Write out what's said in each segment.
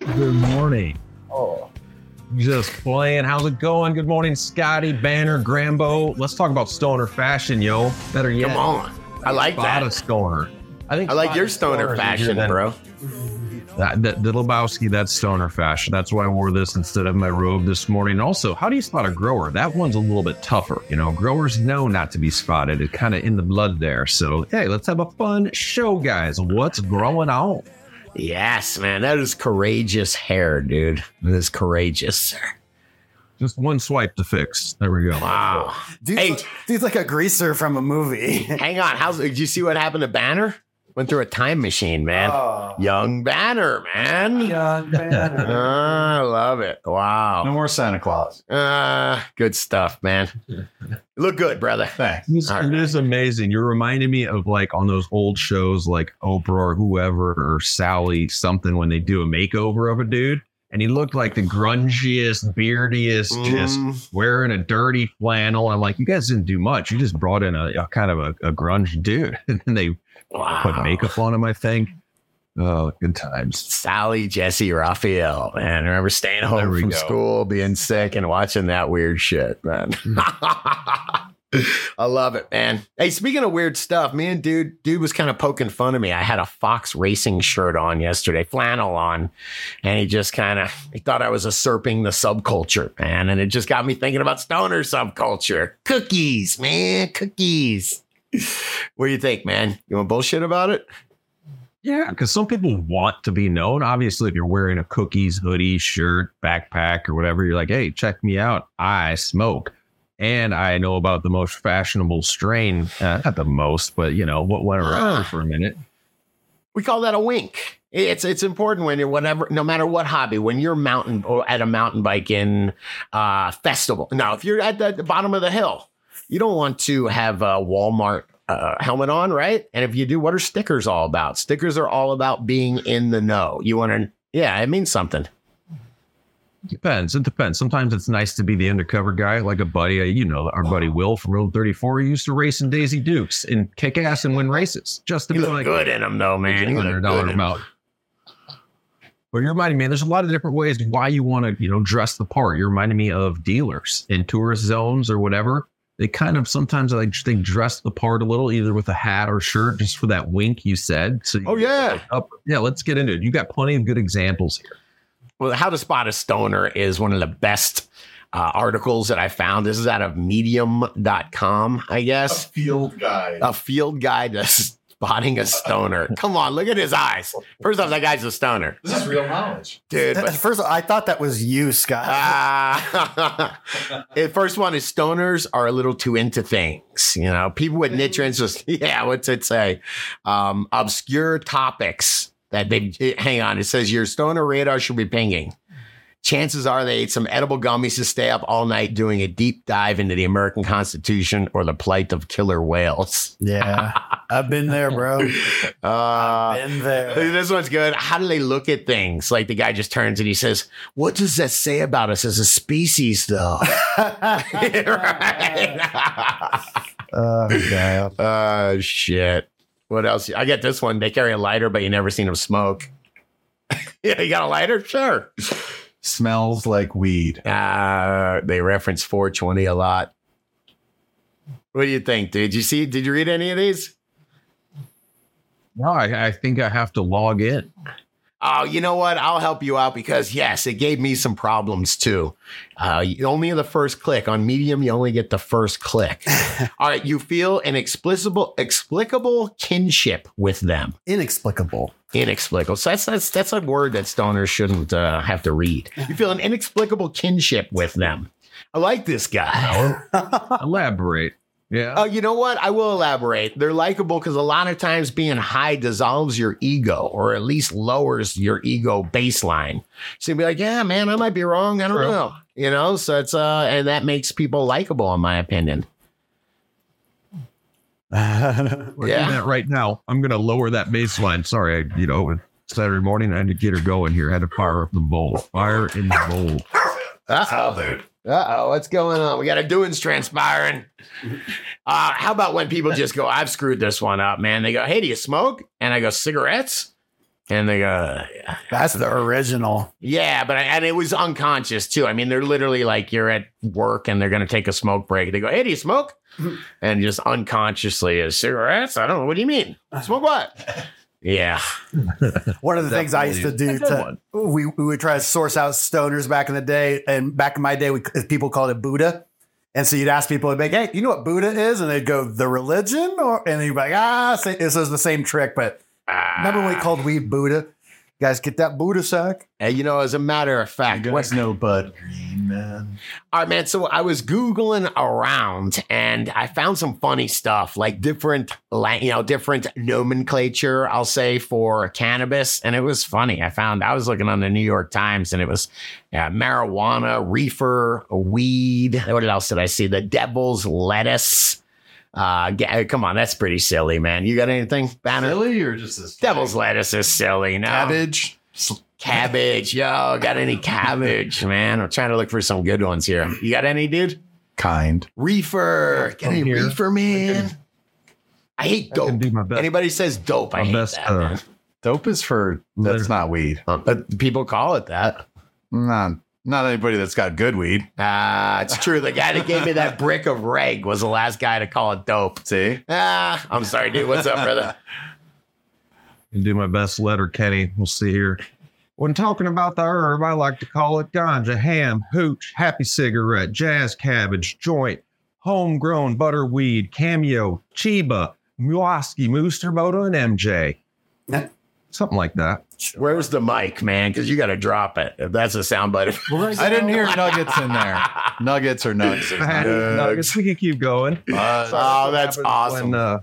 Good morning. Oh, Just playing. How's it going? Good morning, Scotty, Banner, Grambo. Let's talk about stoner fashion, yo. Better yet, come on. I like spot a that. stoner. I think I like spot your a is stoner easier fashion, than- bro. That, that, the Lebowski, that's stoner fashion. That's why I wore this instead of my robe this morning. Also, how do you spot a grower? That one's a little bit tougher. You know, growers know not to be spotted. It's kind of in the blood there. So, hey, let's have a fun show, guys. What's growing on? Yes, man. That is courageous hair, dude. That is courageous. Just one swipe to fix. There we go. Wow. Dude's, Hey. like, dude's like a greaser from a movie. Oh. Hang on. How's did you see what happened to Banner? Went through a time machine, man. Oh. Young Banner, man. Young man. Ah, I love it. Wow. No more Santa Claus. Uh, good stuff, man. Look good, brother. Thanks. It's, All it is amazing. You're reminding me of like on those old shows like Oprah or whoever or Sally something when they do a makeover of a dude and he looked like the grungiest, beardiest, just Mm, wearing a dirty flannel. I'm like, you guys didn't do much. You just brought in a, a kind of a, a grunge dude and then they wow. put makeup on him, I think. Oh, good times. Sally, Jesse, Raphael, man. I remember staying There home we from go. school, being sick, and watching that weird shit, man. I love it, man. Hey, speaking of weird stuff, me and dude, dude was kind of poking fun of me. I had a Fox Racing shirt on yesterday, flannel on, and he just kind of he thought I was usurping the subculture, man. And it just got me thinking about stoner subculture, cookies, man, cookies. What do you think, man? You want bullshit about it? Yeah, because Uh, some people want to be known. Obviously, if you're wearing a cookies hoodie, shirt, backpack, or whatever, you're like, hey, check me out. I smoke. And I know about the most fashionable strain, uh, not the most, but you know, what went around for a minute. we call that a wink. It's it's important when you're whatever, no matter what hobby, when you're mountain or at a mountain biking uh, festival. Now, if you're at the, the bottom of the hill, you don't want to have a Walmart uh, helmet on, right? And if you do, what are stickers all about? Stickers are all about being in the know. You want to, yeah, it means something. Depends. It depends. Sometimes it's nice to be the undercover guy, like a buddy. uh, You know, our buddy Will from Road 34 he used to race in Daisy Dukes and kick ass and win races just to You be look like, good in them, though, man. You look hundred good dollar in 'em. amount. But you're reminding me, there's a lot of different ways why you want to, you know, dress the part. You're reminding me of dealers in tourist zones or whatever. They kind of sometimes I just think dress the part a little, either with a hat or shirt, just for that wink you said. So you Oh yeah. up. yeah, let's get into it. You got plenty of good examples here. Well, How to Spot a Stoner is one of the best uh, articles that I found. This is out of medium.com, I guess. field guy. a field guide that's spotting a stoner. Come on, look at his eyes. First off, that guy's a stoner, This is real knowledge. dude. At But, first, I thought that was you, Scott. Ah. the first one is stoners are a little too into things. You know, people with niche interests. Yeah, what's it say? Um, obscure topics that they eh, hang on. It says your stoner radar should be pinging. Chances are they ate some edible gummies to stay up all night doing a deep dive into the American Constitution or the plight of killer whales. yeah, I've been there, bro. Uh, Been there. This one's good. How do they look at things? Like the guy just turns and he says, "What does that say about us as a species, though?" Right? Oh, God. uh, shit. What else? I get this one. They carry a lighter, but you never seen them smoke. yeah, you got a lighter? Sure. Smells like weed. Uh, they reference 420 a lot. What do you think, dude? You see? Did you read any of these? No, I, I think I have to log in. Oh, you know what? I'll help you out because yes, it gave me some problems too. Uh, you- only the first click on Medium, you only get the first click. All right, you feel an explicable, explicable kinship with them. Inexplicable. Inexplicable. So that's that's that's a word that stoners shouldn't uh, have to read. You feel an inexplicable kinship with them. I like this guy. Elaborate. Yeah. Oh, you know what? I will elaborate. They're likable because a lot of times being high dissolves your ego or at least lowers your ego baseline. So you'd be like, yeah, man, I might be wrong. I don't True. know. You know, so it's, uh, and that makes people likable, in my opinion. We're yeah. doing that right now. I'm gonna lower that baseline. Sorry, I, you know, Saturday morning I had to get her going here. I had to fire up the bowl. Fire in the bowl. Uh dude. oh. Uh oh. What's going on? We got a doings transpiring. Uh, how about when people just go, I've screwed this one up, man? They go, hey, do you smoke? And I go, cigarettes? And they go, That's the original. yeah, but I, and it was unconscious too. I mean, they're literally like you're at work and they're going to take a smoke break. They go, "Hey, do you smoke?" and just unconsciously is cigarettes. I don't know. What do you mean? Smoke what? yeah, One of the things I used to do to we, we would try to source out stoners back in the day, and back in my day, we, people called it Buddha. And so you'd ask people, like, "Hey, you know what Buddha is?" And they'd go, "The religion," or and you'd be like, "Ah, so this is the same trick." But remember when we called weed Buddha? guys, get that Buddha sack. Ah. And, you know, as a matter of I fact, guys what's know Bud Green, man. All right, man. So I was googling around and I found some funny stuff, like different, la- you know, different nomenclature. I'll say for cannabis, and it was funny. I found I was looking on the New York Times, and it was uh, marijuana, reefer, weed. What else did I see? The devil's lettuce. Uh, ga- come on, that's pretty silly, man. You got anything, Banner? Silly or just this Devil's lettuce is silly. Um, No. cabbage? Cabbage. Yo, got any cabbage, man? I'm trying to look for some good ones here. You got any, dude? Kind. Reefer. Can I'm you here. reefer, man? I hate Oh, I can dope. do my best. Anybody says dope, I my hate best, that. uh, man. Dope is for that's not weed. Uh, But people call it that. Not not anybody that's got good weed. Ah, it's true. The guy that gave me that brick of reg was the last guy to call it dope. See? Ah, I'm sorry, dude. What's up, brother? and do my best letter kenny we'll see here when talking about the herb i like to call it ganja ham hooch happy cigarette jazz cabbage joint homegrown butterweed cameo chiba muaski mooster moto and mj Yeah. something like that Where's the mic, man? Because you got to drop it. If that's a soundbite. I didn't hear nuggets in there. Nuggets or nuts. i guess we can keep going Oh, that's Happens awesome. when, uh,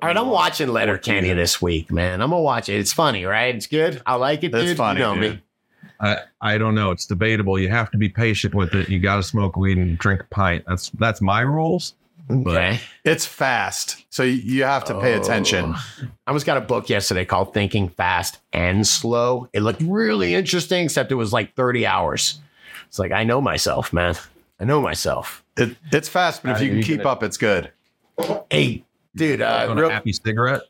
All right, I'm watching Letter Kenny this week, man. I'm gonna watch it. It's funny, right? It's good. I like it. That's dude. funny, You know dude. me. I, I don't know. It's debatable. You have to be patient with it. You got to smoke weed and drink a pint. That's that's my rules. But- Okay. It's fast, so you- you have to pay Oh. attention. I was got a book yesterday called Thinking Fast and Slow. It looked really interesting, except it was like 30 hours. It's like I know myself, man. I know myself. It, it's fast, but if you can keep up, it's good. Hey, dude, uh, On a real, happy cigarette.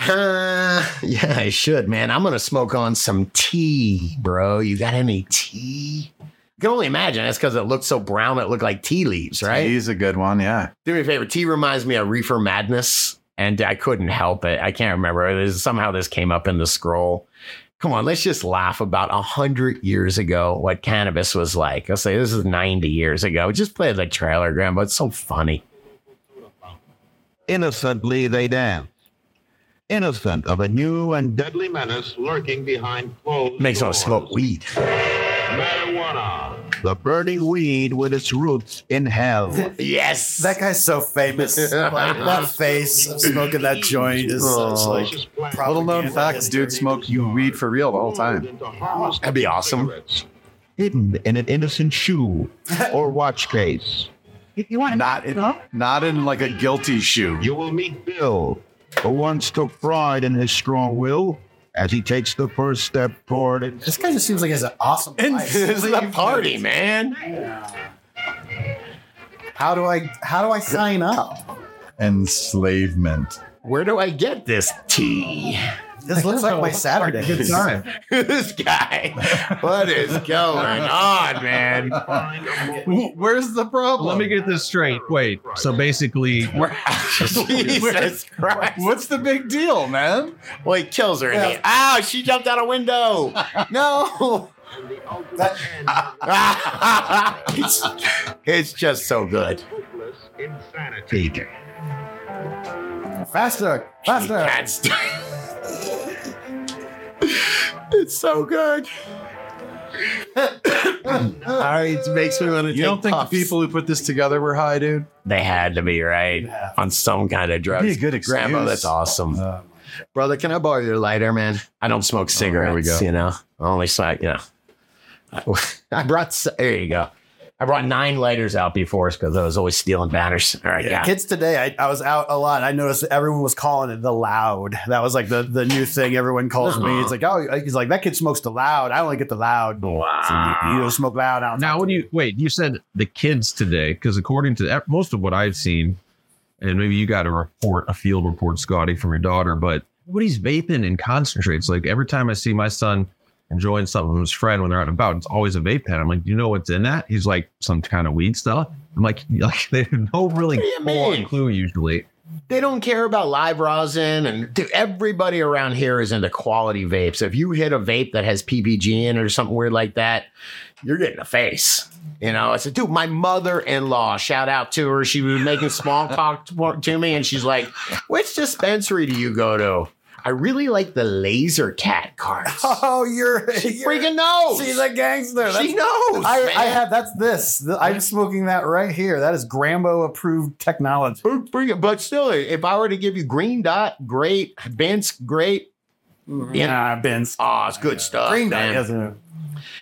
uh yeah, I should, man. I'm gonna smoke on some tea, bro. You got any tea? I can only imagine that's because it looked so brown. It looked like tea leaves, right? He's a good one. Yeah. Do me a favor. Tea reminds me of Reefer Madness, and I couldn't help it. I can't remember. It is, somehow this came up in the scroll. Come on, let's just laugh about a hundred years ago what cannabis was like. I'll say this is ninety years ago. Just play the trailer, Grandma. It's so funny. Innocently they dance, innocent of a new and deadly menace lurking behind closed Makes them doors. smoke weed. Marijuana, the burning weed with its roots in hell. Yes. That guy's so famous. Like, that face of smoking that joint is Uh, such like. Little known propaganda fact, history. dude smoked weed for real the whole time. That'd be awesome. Hidden in an innocent shoe or watch case. If you want Not in, not in like a guilty shoe. You will meet Bill, who once took pride in his strong will as he takes the first step toward it. This guy just seems like he has an awesome life. this is the party, man. How do I how do I sign up? Enslavement. Where do I get this tea? This looks like my Saturday. Good time. this guy. What is going on, man? Where's the problem? Let me get this straight. Wait. So basically, Jesus Christ. What's the big deal, man? Well, he kills her. And he, Ow, she jumped out a window. no. it's, it's just so good. Peter. Faster, You faster. can't st- it's so good. All right, it makes me want to You don't think the people who put this together were high, dude? they had to be right on some kind of drugs. Be a good Grandma, excuse. that's awesome. Uh, Brother, can I borrow your lighter, man? I don't smoke cigarettes. we go. You know, I only smoke. You know, I, I brought. s- There you go. I brought nine lighters out before us because I was always stealing banners. All right, yeah. Kids today, I, I was out a lot. I noticed that everyone was calling it the loud. That was like the, the new thing everyone calls me. It's like, oh, he's like, that kid smokes the loud. I only get the loud. So Ah. you, you don't smoke loud. I don't now what do you wait? You said the kids today, because according to most of what I've seen, and maybe you got a report, a field report, Scotty, from your daughter, but everybody's vaping and concentrates. Like every time I see my son enjoying something from his friend when they're out and about, it's always a vape pen. I'm like, do you know what's in that? He's like, some kind of weed stuff. I'm like, like they have no really What do you full-on mean? clue usually. They don't care about live rosin, and dude, everybody around here is into quality vapes. If you hit a vape that has PPG in it or something weird like that, you're getting a face. You know, I said, dude, my mother in law, shout out to her. She was making small talk to, to me, and she's like, which dispensary do you go to? I really like the laser cat cards. Oh, you're, she you're freaking knows. she's a gangster. That's, she knows. I, man. I have that's this. Th- I'm smoking that right here. That is Grambo approved technology. Bring- bring it. But still, if I were to give you green dot, great. Vince, great. Yeah, Ben's Ah, it's good stuff. green dot. man. isn't it?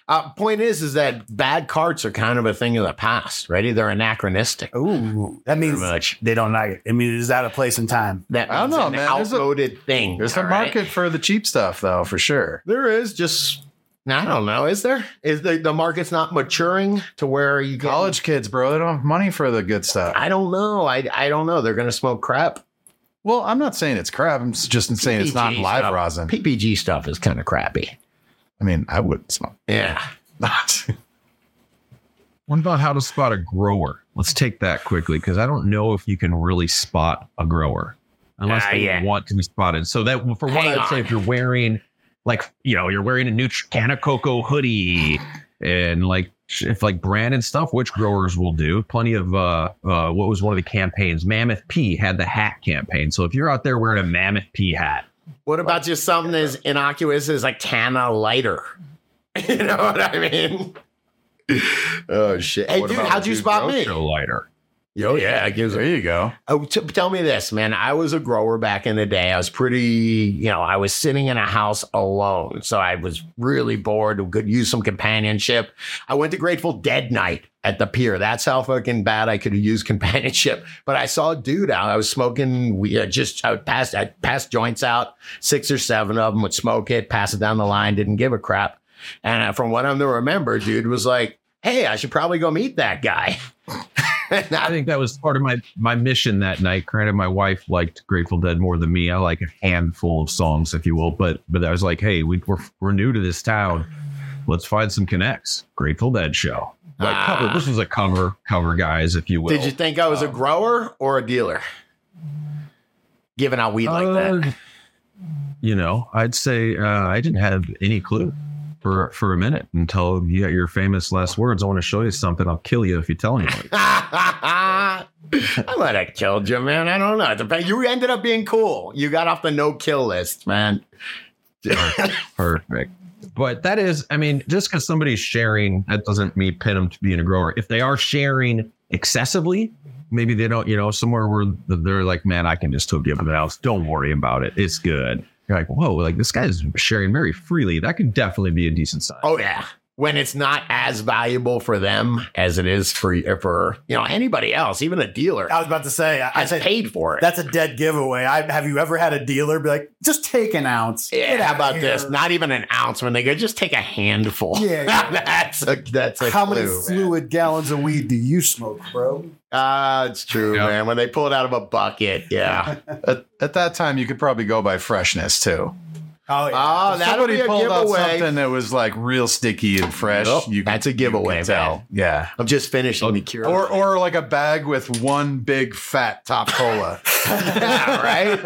Uh, point is, is that bad carts are kind of a thing of the past, right? They're anachronistic. Ooh, that means much. they don't like it. I mean, it's out of place in time. That I don't means know, an man. There's a- outmoded thing. There's a all right? market for the cheap stuff, though, for sure. There is just. I don't know. Is there? Is the the market's not maturing to where you can, College kids, bro, they don't have money for the good stuff. I don't know. I I don't know. They're gonna smoke crap. Well, I'm not saying it's crap. I'm s- just saying it's not PPG live stuff. rosin. PPG stuff is kind of crappy. I mean, I would smoke. Yeah. What about how to spot a grower? Let's take that quickly because I don't know if you can really spot a grower unless Ah, they yeah. want to be spotted. So that for one, Hang I'd say on. if you're wearing like you know you're wearing a new Canna Coco hoodie and like if like brand and stuff, which growers will do. Plenty of uh, uh what was one of the campaigns? Mammoth P had the hat campaign. So if you're out there wearing a Mammoth P hat, What about just something as innocuous as a canna lighter? You know what I mean? oh shit! Hey, What dude, about how'd the you dude spot me? no lighter. Oh yeah, it gives There you go. Oh, t- tell me this, man. I was a grower back in the day. I was pretty, you know, I was sitting in a house alone. So I was really bored, could use some companionship. I went to Grateful Dead Night at the pier. That's how fucking bad I could use companionship. But I saw a dude out. I was smoking, we uh, just I would pass, I passed joints out, six or seven of them would smoke it, pass it down the line, didn't give a crap. And uh, from what I'm to remember, dude was like, hey, I should probably go meet that guy. And I I- think that was part of my my mission that night. Granted, my wife liked Grateful Dead more than me. I like a handful of songs, if you will. But but I was like, hey, we, we're we're new to this town. Let's find some connects. Grateful Dead show. Like cover. This was a cover cover, guys, if you will. Ah. Did you think I um, was a grower or a dealer? Giving out weed like that. Uh, You know, I'd say uh, I didn't have any clue for for a minute until you got your famous last words. I want to show you something. I'll kill you if you tell anybody. Uh, I might have killed you, man. I don't know. It depends. You ended up being cool. You got off the no kill list, man. Perfect. But that is, I mean, just because somebody's sharing, that doesn't mean pin them to being a grower. If they are sharing excessively, maybe they don't, you know, somewhere where they're like, man, I can just hook you up with an ounce. Don't worry about it. It's good. You're like, whoa, like this guy's sharing very freely. That could definitely be a decent sign. Oh yeah. When it's not as valuable for them as it is for for you know anybody else, even a dealer I was about to say. Uh, I, I has said paid for it. that's a dead giveaway. I, have you ever had a dealer be like, just take an ounce? Get yeah, how outta about this? here." Not even an ounce when they go, just take a handful. Yeah, yeah. that's a that's a How many clue, man. fluid gallons of weed do you smoke, bro? Ah, it's true, Yeah. man. When they pull it out of a bucket, yeah. At, at that time, you could probably go by freshness too. Oh, yeah. Oh, If that'll be a giveaway. something that was like real sticky and fresh. Nope, you that's a you giveaway, could tell. Yeah. I'm just finishing the cure. Or, or like a bag with one big fat top cola. yeah, right?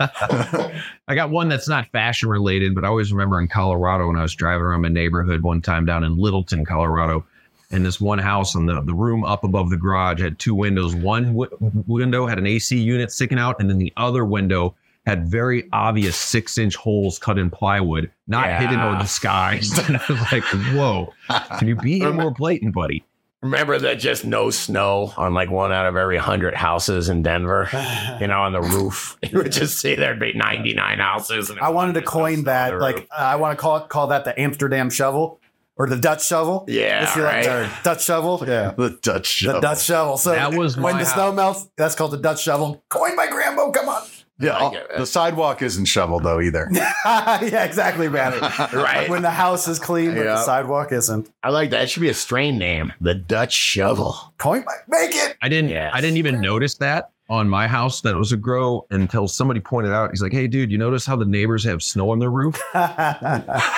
I got one that's not fashion related, but I always remember in Colorado when I was driving around my neighborhood one time down in Littleton, Colorado. And this one house and the, the room up above the garage had two windows. One w- window had an AC unit sticking out, and then the other window had very obvious six inch holes cut in plywood, not Yeah. hidden or disguised. And I was like, whoa, can you be any more blatant, buddy? Remember that just no snow on like one out of every hundred houses in Denver, you know, on the roof. You would just see there'd be 99 houses. And I wanted to there's no coin snow on that. the Like, uh, roof. I want to call call that the Amsterdam shovel or the Dutch shovel. Yeah, Let's see, right. like, the Dutch shovel. Yeah. the Dutch The show. Dutch shovel. So That was when my the snow house. melts. That's called the Dutch shovel. Coined by Grambo. Come on. yeah, I get it. the sidewalk isn't shoveled though either. yeah, exactly, man. right. when the house is clean, but Yeah. the sidewalk isn't. I like that. It should be a strain name, the Dutch Shovel. Coined by make it. I didn't Yes. I didn't even notice that on my house that it was a grow until somebody pointed out, he's like, hey, dude, you notice how the neighbors have snow on their roof?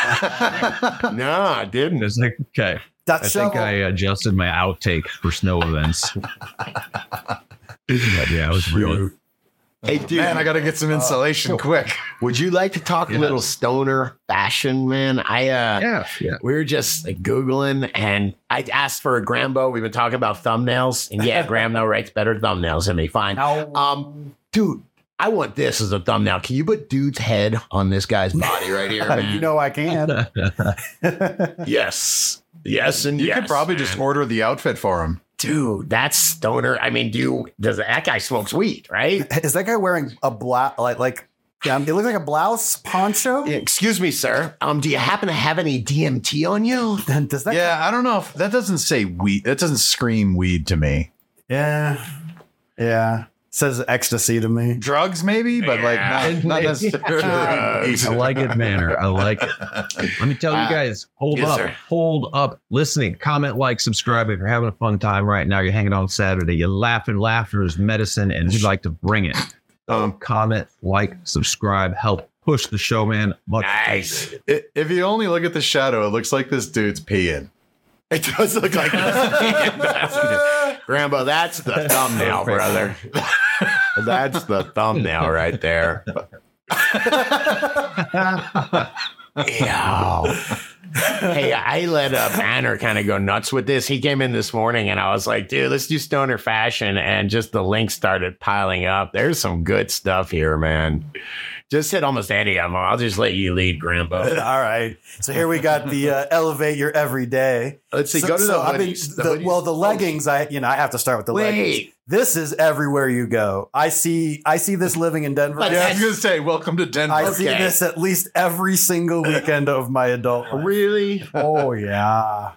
no, I And didn't. it's like, okay, That I shovel. think I adjusted my outtake for snow events. But yeah, it was real. Hey, dude, Uh, Man, I got to get some insulation quick. would you like to talk Yeah. a little stoner fashion, man? I uh, Yeah, yeah. we were just like, googling, and I asked for a Grambo. We've been talking about thumbnails, and yeah, Grambo writes better thumbnails than me. Fine, Ow. um, dude. I want this as a thumbnail. Can you put dude's head on this guy's body right here, man? you know I can. yes, yes, and You yes. could probably just order the outfit for him. dude, that's stoner. I mean, do you, does that guy smokes weed, right? Is that guy wearing a black like like? Yeah, it looks like a blouse poncho. Excuse me, sir. Um, do you happen to have any DMT on you? Then Does that? Yeah, I don't know if that doesn't say weed. That doesn't scream weed to me. yeah, yeah. Says ecstasy to me. Drugs, maybe, but like not, not necessarily. drugs. I like it, Manor. I like it. Let me tell you guys, hold Uh, yes, up, sir. hold up, listening, comment, like, subscribe. If you're having a fun time right now, you're hanging on Saturday, you're laughing, laughter is medicine, and you'd like to bring it. Um, Comment, like, subscribe, help push the show, man. Much Nice. I- if you only look at the shadow, it looks like this dude's peeing. It does look like that. Grandpa, that's the thumbnail, brother. that's the thumbnail right there. Yo. Hey, I let uh, Banner kind of go nuts with this. He came in this morning and I was like, dude, let's do stoner fashion. And just the links started piling up. There's some good stuff here, man. Just hit almost any of them. I'll just let you lead, All Grandpa. right. So here we got the uh, elevate your everyday. Let's see. So- go to the, so I've been- hoodies. The the- hoodies. Oh, well, the leggings. I you know I have to start with the leggings. Wait. This is everywhere you go. I see. I see this living in Denver. But Yeah, I was gonna say, welcome to Denver. I see okay. this at least every single weekend of my adult. life. Really? Oh yeah.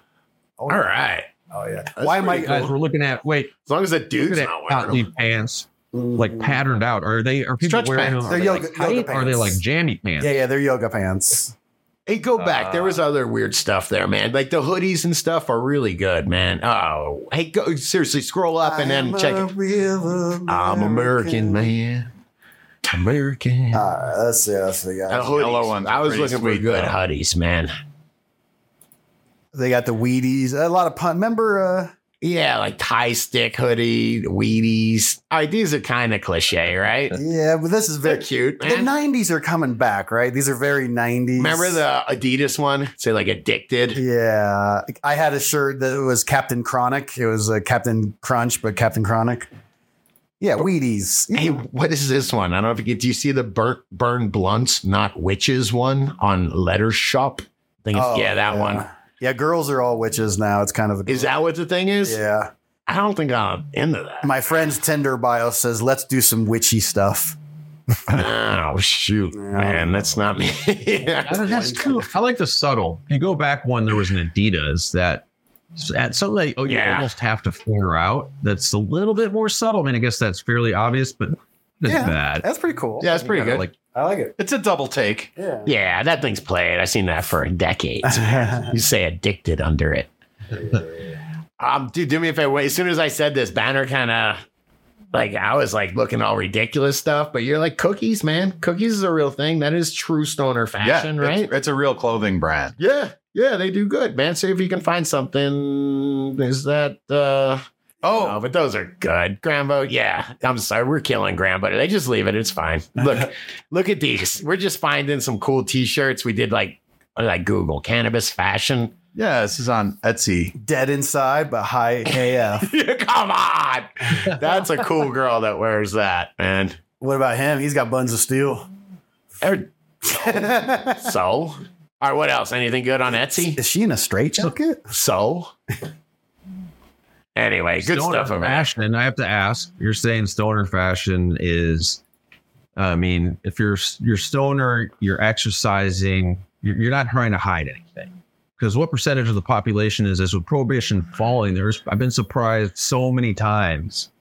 All right. Oh yeah. Why am I? guys, we're looking at wait, As long as that dude's look at not that wearing leaf pants, uh, like patterned out. Are they are people Stretch wearing pants. them? They're Are they, yoga- like, yoga tight? Are they pants. like jammy pants? Yeah, yeah. They're yoga pants. Hey, go back. Uh. there was other weird stuff there, man. Like the hoodies and stuff are really good, man. Oh, hey, go seriously, scroll up and then check it. I'm American, man. American. All right. Let's see. Let's see. And Guys. hoodies. yellow ones I are was pretty looking for sweet, good though. hoodies, man. They got the Wheaties. A lot of pun. Remember? Uh, Yeah, like tie stick hoodie, Wheaties. All right, these are kind of cliche, right? yeah, but this is They're very. cute, The man. '90s are coming back, right? These are very '90s. Remember the Adidas one? Say like addicted. Yeah, I had a shirt that was Captain Chronic. It was uh, Captain Crunch, but Captain Chronic. Yeah, Wheaties. Hey, what is this one? I don't know if you get. Do you see the burnt, burn blunts, not witches one on Letter Shop? I think it's, Oh, yeah, that one. Yeah, girls are all witches now. It's kind of a Is that what the thing is? yeah. I don't think I'm into that. My friend's Tinder bio says, "Let's do some witchy stuff." oh shoot, man, that's not me. That- that's cool. I like the subtle. If you go back one, there was an Adidas that at something that oh, you Yeah. almost have to figure out. That's a little bit more subtle. I mean, I guess that's fairly obvious, but it's Yeah. bad. That's pretty cool. yeah, that's pretty good. Like I like it. it's a double take. Yeah. yeah, that thing's played. I've seen that for decades. you say addicted under it. um, dude, do me a favor. Wait, As soon as I said this, Banner kind of like I was like looking all ridiculous stuff, but you're like cookies, man. Cookies is a real thing. That is true stoner fashion, yeah, right? It's, it's a real clothing brand. Yeah, yeah, they do good, man. See if you can find something. Is that uh Oh, Oh, but those are good. Grambo, yeah. I'm sorry, we're killing Grambo. They just leave it. It's fine. Look, look at these. We're just finding some cool t-shirts. We did like like Google cannabis fashion. yeah, this is on Etsy. Dead inside, but high AF. Come on. That's a cool girl that wears that, man. what about him? He's got buns of steel. Er, So? All right, what else? Anything good on Etsy? Is she in a straitjacket? So? Anyway, good stoner stuff over there. fashion. And I have to ask, you're saying stoner fashion is, I mean, if you're you're stoner, you're exercising, you're, you're not trying to hide anything. Because what percentage of the population is this with prohibition falling? There's I've been surprised so many times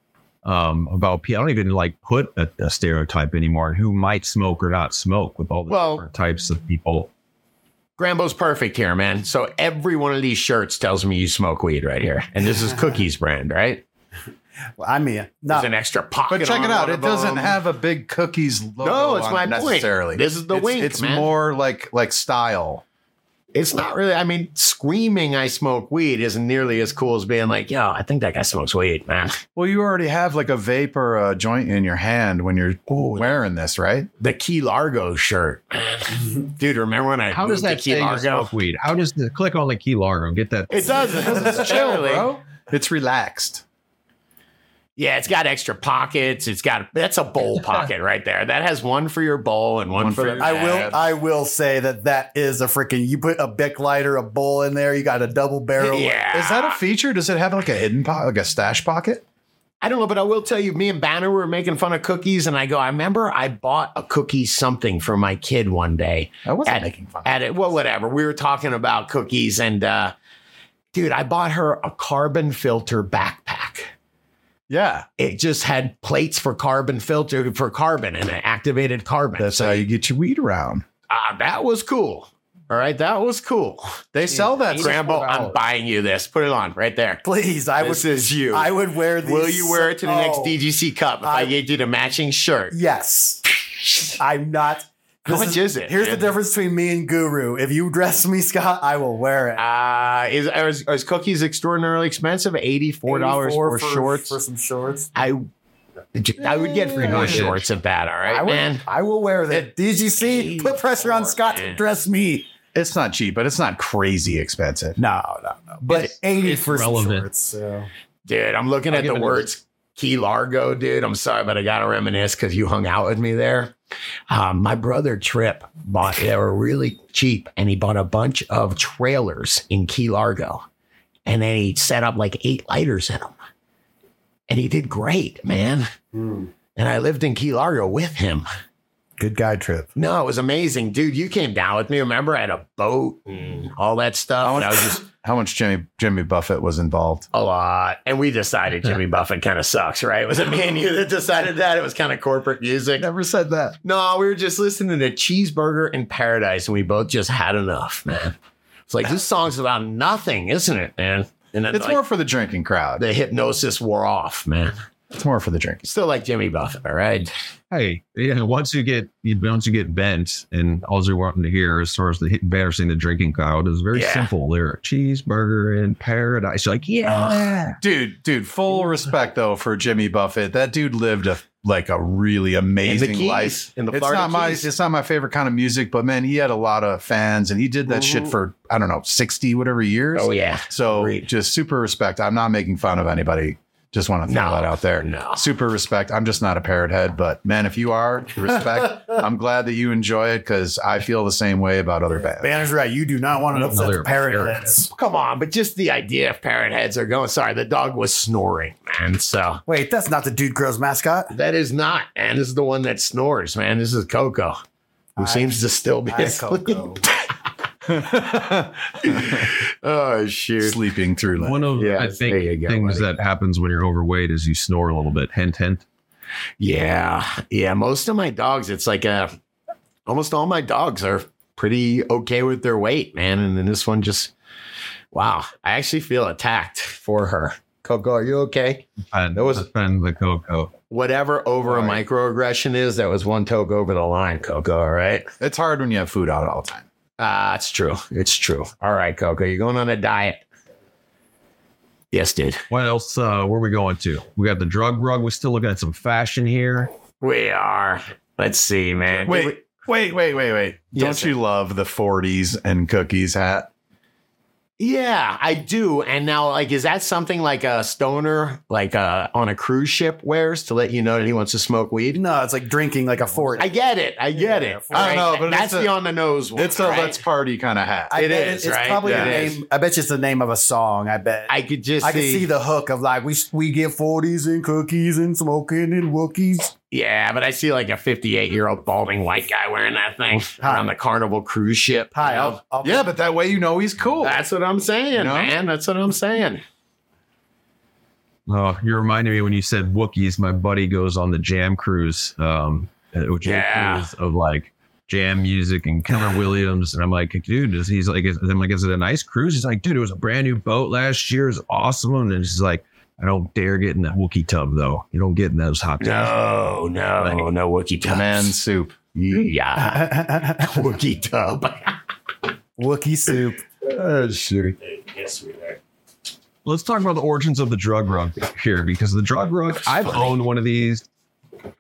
um, about people. I don't even like put a, a stereotype anymore on who might smoke or not smoke with all the Well- different types of people. Grambo's perfect here, man. So every one of these shirts tells me you smoke weed right here. And this is Cookie's brand, right? Well, I mean, There's not an extra pocket. But check on it out. one It of doesn't them. have a big cookies logo. No, it's on my it point. necessarily. This is the it's, wink, It's man. more like like style. It's not really. I mean, screaming "I smoke weed" isn't nearly as cool as being like, "Yo, I think that guy smokes weed, man." Well, you already have like a vape or a joint in your hand when you're wearing this, right? The Key Largo shirt, dude. Remember when I How does moved that to Key thing is Largo? smoke weed? How does the click on the key largo get that? It doesn't. it's It's relaxed. Yeah, it's got extra pockets. It's got that's a bowl pocket right there. That has one for your bowl and one, One for for the. your I Abs. will. I will say that that is a freaking. You put a Bic lighter, a bowl in there. You got a double barrel. yeah, Is that a feature? Does it have like a hidden pocket, like a stash pocket? I don't know, but I will tell you, me and Banner were making fun of cookies, and I go, I remember I bought a cookie something for my kid one day. I wasn't At- making fun. At it, well, whatever. We were talking about cookies, and uh, dude, I bought her a carbon filter backpack. yeah, It just had plates for carbon filter for carbon, and it activated carbon. that's So, how you get your weed around. ah, that was cool. All right, that was cool. They sell that. Scramble, stuff. I'm buying you this. Put it on right there. Please, I would. This is you. I would wear these. Will you wear it to the next Oh, DGC Cup if I, I- gave you the matching shirt? Yes. I'm not. How this much is it, Here's dude? the difference between me and Guru. If you dress me, Scott, I will wear it. Uh, is, are, is, are cookies extraordinarily expensive? Eighty-four dollars for, shorts. for some shorts. I, I would get free Yeah. shorts at that. All right, I will, man. I will wear that. DGC, put pressure on Scott to dress me. It's not cheap, but it's not crazy expensive. No, no, no. But It's- 80 it's for some relevant. shorts. So. Dude, I'm looking I'll at give the it a- words Key Largo, dude. I'm sorry, but I gotta reminisce because you hung out with me there. Um, my brother Trip bought they were really cheap, and he bought a bunch of trailers in Key Largo, and then he set up like eight lighters in them, and he did great, man. Hmm. And I lived in Key Largo with him. Good guy trip. No, it was amazing, dude. You came down with me. Remember, I had a boat and Hmm. all that stuff. How and I much? was just how much Jimmy Jimmy Buffett was involved? a lot. And we decided Jimmy Buffett kind of sucks, right? Was it me and you that decided that? It was kind of corporate music. Never said that. No, we were just listening to Cheeseburger in Paradise and we both just had enough, man. It's like this song's about nothing, isn't it, man? And then, It's like, more for the drinking crowd. the hypnosis wore off, man. It's more for the drinking. Still like Jimmy Buffett, all right? Hey, yeah. Once you get you, once you get bent, and all you're wanting to hear as far as the hit- embarrassing the drinking crowd is very Yeah. simple. They're cheeseburger in paradise. You're like yeah, Dude, dude, full respect though for Jimmy Buffett. That dude lived a like a really amazing Keys, life. in the it's Florida not my Keys. it's not my favorite kind of music, but man, he had a lot of fans and he did that shit for I don't know, 60 whatever years. Oh, yeah. So Agreed. just super respect. I'm not making fun of anybody. Just want to throw No, that out there. no. Super respect. I'm just not a parrot head, but man, if you are, respect. I'm glad that you enjoy it because I feel the same way about other bands. Banner's right. You do not want to upset Another the parrot parrot. heads. Come on, but just the idea of parrot heads are going. Sorry, the dog was snoring, man. So Wait, that's not the Dude Grows mascot. That is not. And this is the one that snores, man. This is Coco, who I- seems to still be Hi, asleep. Coco. oh shoot. Sleeping through like One of Yeah, I there think you go, things buddy. that happens when you're overweight is you snore a little bit. Hint, hint. Yeah, yeah. Most of my dogs, it's like a, almost all my dogs are pretty okay with their weight, man. And then this one just, wow. I actually feel attacked for her. Coco, are you okay? And That was- defend the cocoa. Whatever over a Right. microaggression is, that was one toke over the line, Coco. All right. it's hard when you have food out all the time. Ah, it's true. It's true. All right, Coco, you're going on a diet. Yes, dude. What else? Uh, where are we going to? We got the drug rug. We're still looking at some fashion here. We are. Let's see, man. Wait, wait, wait, wait, wait. Yes, Don't you love the 40s and cookies hat? Yeah, I do. And now, like, is that something like a stoner, like uh, on a cruise ship, wears to let you know that he wants to smoke weed? No, it's like drinking like a fort. I get it. I get it. I don't know, Alright, but it's that's a- the on the nose one. It's a right? let's party kind of hat. I It bet is, It's right? probably Yeah, the it name. I bet you it's the name of a song. I bet. I could just I see, can see the hook of like we we get forties and cookies and smoking and wookies. Yeah, but I see like a 58 year old balding white guy wearing that thing Hi. on the Carnival cruise ship. Hi, you know? I'll, I'll yeah, but that way you know he's cool. That's what I'm saying, You know? man. That's what I'm saying. Oh, you reminded me when you said Wookiees. My buddy goes on the Jam Cruise, um, uh, which Yeah. is of like jam music and Keller Williams, and I'm like, dude, is, he's like, is, I'm like, is it a nice cruise? He's like, dude, it was a brand new boat last year. It's awesome, and he's like. I don't dare get in that Wookie tub though. You don't get in those hot tubs. No, no, no Wookie tubs. Man soup. Yeah, Wookie tub. Wookie soup. Oh, shoot. yes, we are. Let's talk about the origins of the drug rug here because the drug rug. I've owned one of these,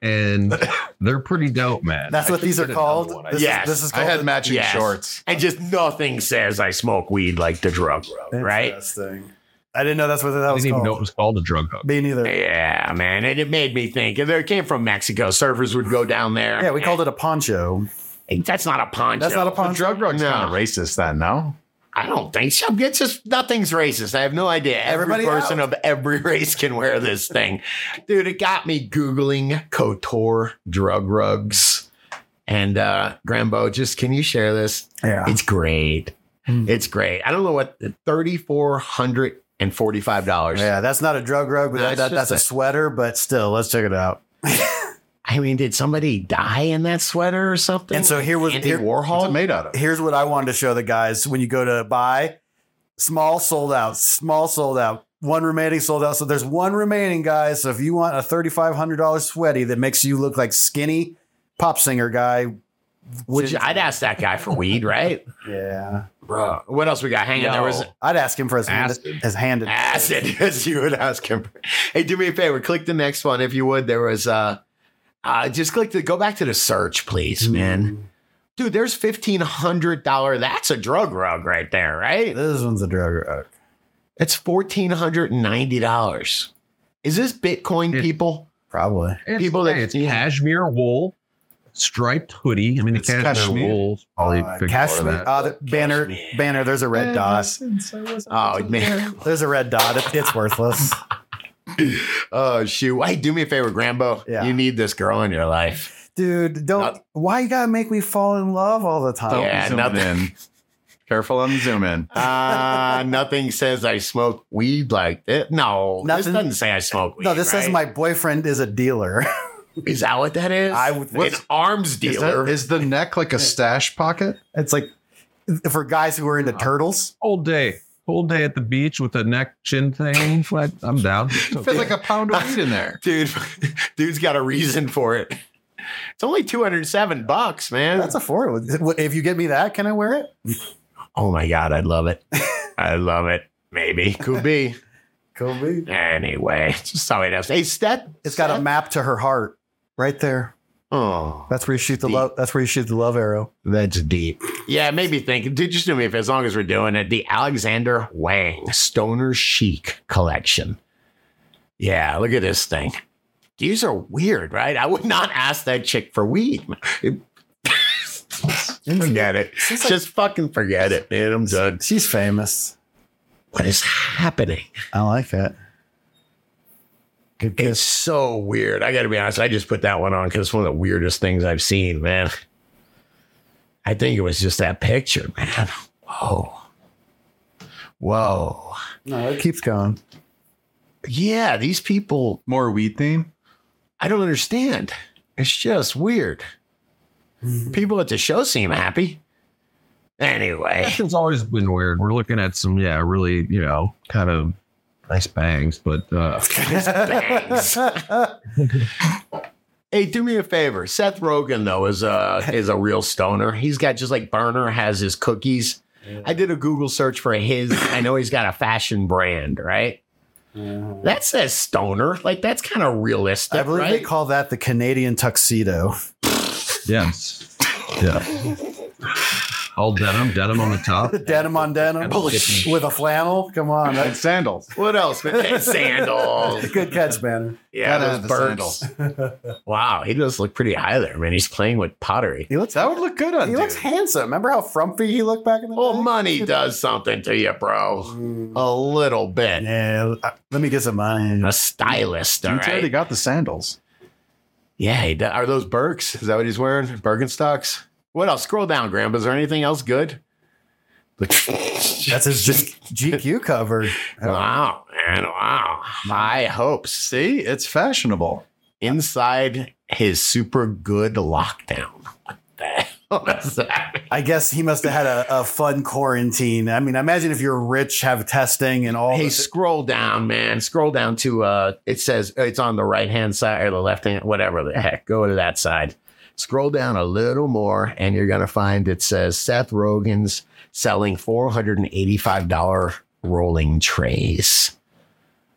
and they're pretty dope, man. That's what these are called. This is- Yes, this is I called had the- matching Yes. shorts. And just nothing says I smoke weed like the drug rug, right? Interesting. I didn't know that's what that I was didn't even know it called. was called a drug hook. Me neither. Yeah, man. And it made me think. And They came from Mexico. Surfers would go down there. Yeah, we called it a poncho. it. That's not a poncho. That's not a The poncho. drug rug's No. kind of racist then, no? I don't think so. It's just nothing's racist. I have no idea. Every Everybody person of every race can wear this thing. Dude, it got me Googling Kotor drug rugs. And uh Grambo, just can you share this? Yeah. It's great. Hmm. It's great. I don't know what thirty four hundred and forty five dollars. Yeah, that's not a drug rug, but That's that, just that's a a- sweater. But still, let's check it out. I mean, did somebody die in that sweater or something? And so here was Andy here, What's it Warhol. made out of? here's what I wanted to show the guys when you go to buy small sold out, small sold out, one remaining sold out. So there's one remaining, guys. So if you want a $3,500 sweaty that makes you look like skinny pop singer guy, Which I'd ask that guy for weed, right? yeah, Bro, what else we got hanging? There was I'd ask him for his hand, Acid. his hand. acid as you would ask him. Hey, do me a favor, click the next one if you would. There was uh uh just click the go back to the search, please, Mm-hmm. man. Dude, there's fifteen hundred dollar. That's a drug rug right there, right? This one's a drug rug. It's fourteen hundred and ninety dollars. Is this Bitcoin It- people? Probably. It's, People that- hey, it's yeah. cashmere wool, striped hoodie. I mean, the It's cashmere, cashmere. wool's probably a Uh, big part of Cashmere. that. Uh, the banner, Cashmere. banner. There's a red dot. Oh man. There's a red dot. It, it's worthless. Oh shoot. Hey, do me a favor, Grambo. Yeah. You need this girl in your life. Dude, don't. Not- why you gotta make me fall in love all the time? Don't Yeah, zoom nothing. in. Careful on the zoom in. Uh, nothing says I smoke weed like this. No, Nothing- this doesn't say I smoke weed. No, this says right? my boyfriend is a dealer. Is that what that is? I would think- an arms Is, that, dealer. is the neck like a stash pocket? it's like for guys who are into turtles. Whole day, whole day at the beach with the neck chin thing. Flat. I'm down. Fit like a pound of weed in there. dude, dude's got a reason for it. It's only two hundred seven bucks, man. That's affordable. If you get me that, can I wear it? oh my god, I'd love it. I love it. Maybe could be. Kobe. Anyway, it's just somebody else. Hey, Step. It's got a map to her heart right there. Oh, That's where you shoot the love. That's where you shoot the love arrow. that's deep. Yeah, it made me think. Dude, just do me a favor. As long as we're doing it, the Alexander Wang Stoner Chic collection. Yeah, look at this thing. These are weird, right? I would not ask that chick for weed. forget it. She's, like- Just fucking forget it, man. I'm done. she's famous. What is happening? I like that. Good It's kiss. so weird. I got to be honest. I just put that one on because it's one of the weirdest things I've seen, man. I think it was just that picture, man. Whoa. Whoa. No, it keeps going. Yeah, these people, More weed theme. I don't understand. It's just weird. Mm-hmm. People at the show seem happy. Anyway, Fashion's always been weird. We're looking at some, yeah, really, you know, kind of nice bangs, but uh, bangs. Hey, do me a favor. Seth Rogen though is a is a real stoner. He's got just like Burner has his cookies. I did a Google search for his. I know he's got a fashion brand, right? That says stoner. Like that's kind of realistic, I believe right? they call that the Canadian tuxedo. yes, yeah, all denim, denim on the top. The denim on denim Bullshit. with a flannel. Come on, And that's sandals. what else? man? And sandals. good catch, man. Yeah, Gotta those have the Burks. sandals. Wow, he does look pretty high there, man. He's playing with pottery. He looks That would look good on he you. looks handsome. Remember how frumpy he looked back in the Well, day? money does something to you, bro. Mm. A little bit. Yeah, uh, let me get some money. A stylist, all Dude's already right? got the sandals. Yeah, he does. are those Burks? Is that what he's wearing? Birkenstocks. What else? Scroll down, Graham. Is there anything else good? That's his G- GQ cover. wow, man, wow. High hopes See, it's fashionable. inside his super good lockdown. What the hell does that mean? I guess he must have had a, a fun quarantine. I mean, I imagine if you're rich, have testing and all. Hey, this- scroll down, man. Scroll down to uh it says it's on the right hand side or the left hand, whatever the heck. Go to that side. Scroll down a little more, and you're gonna find it says Seth Rogen's selling $485 rolling trays.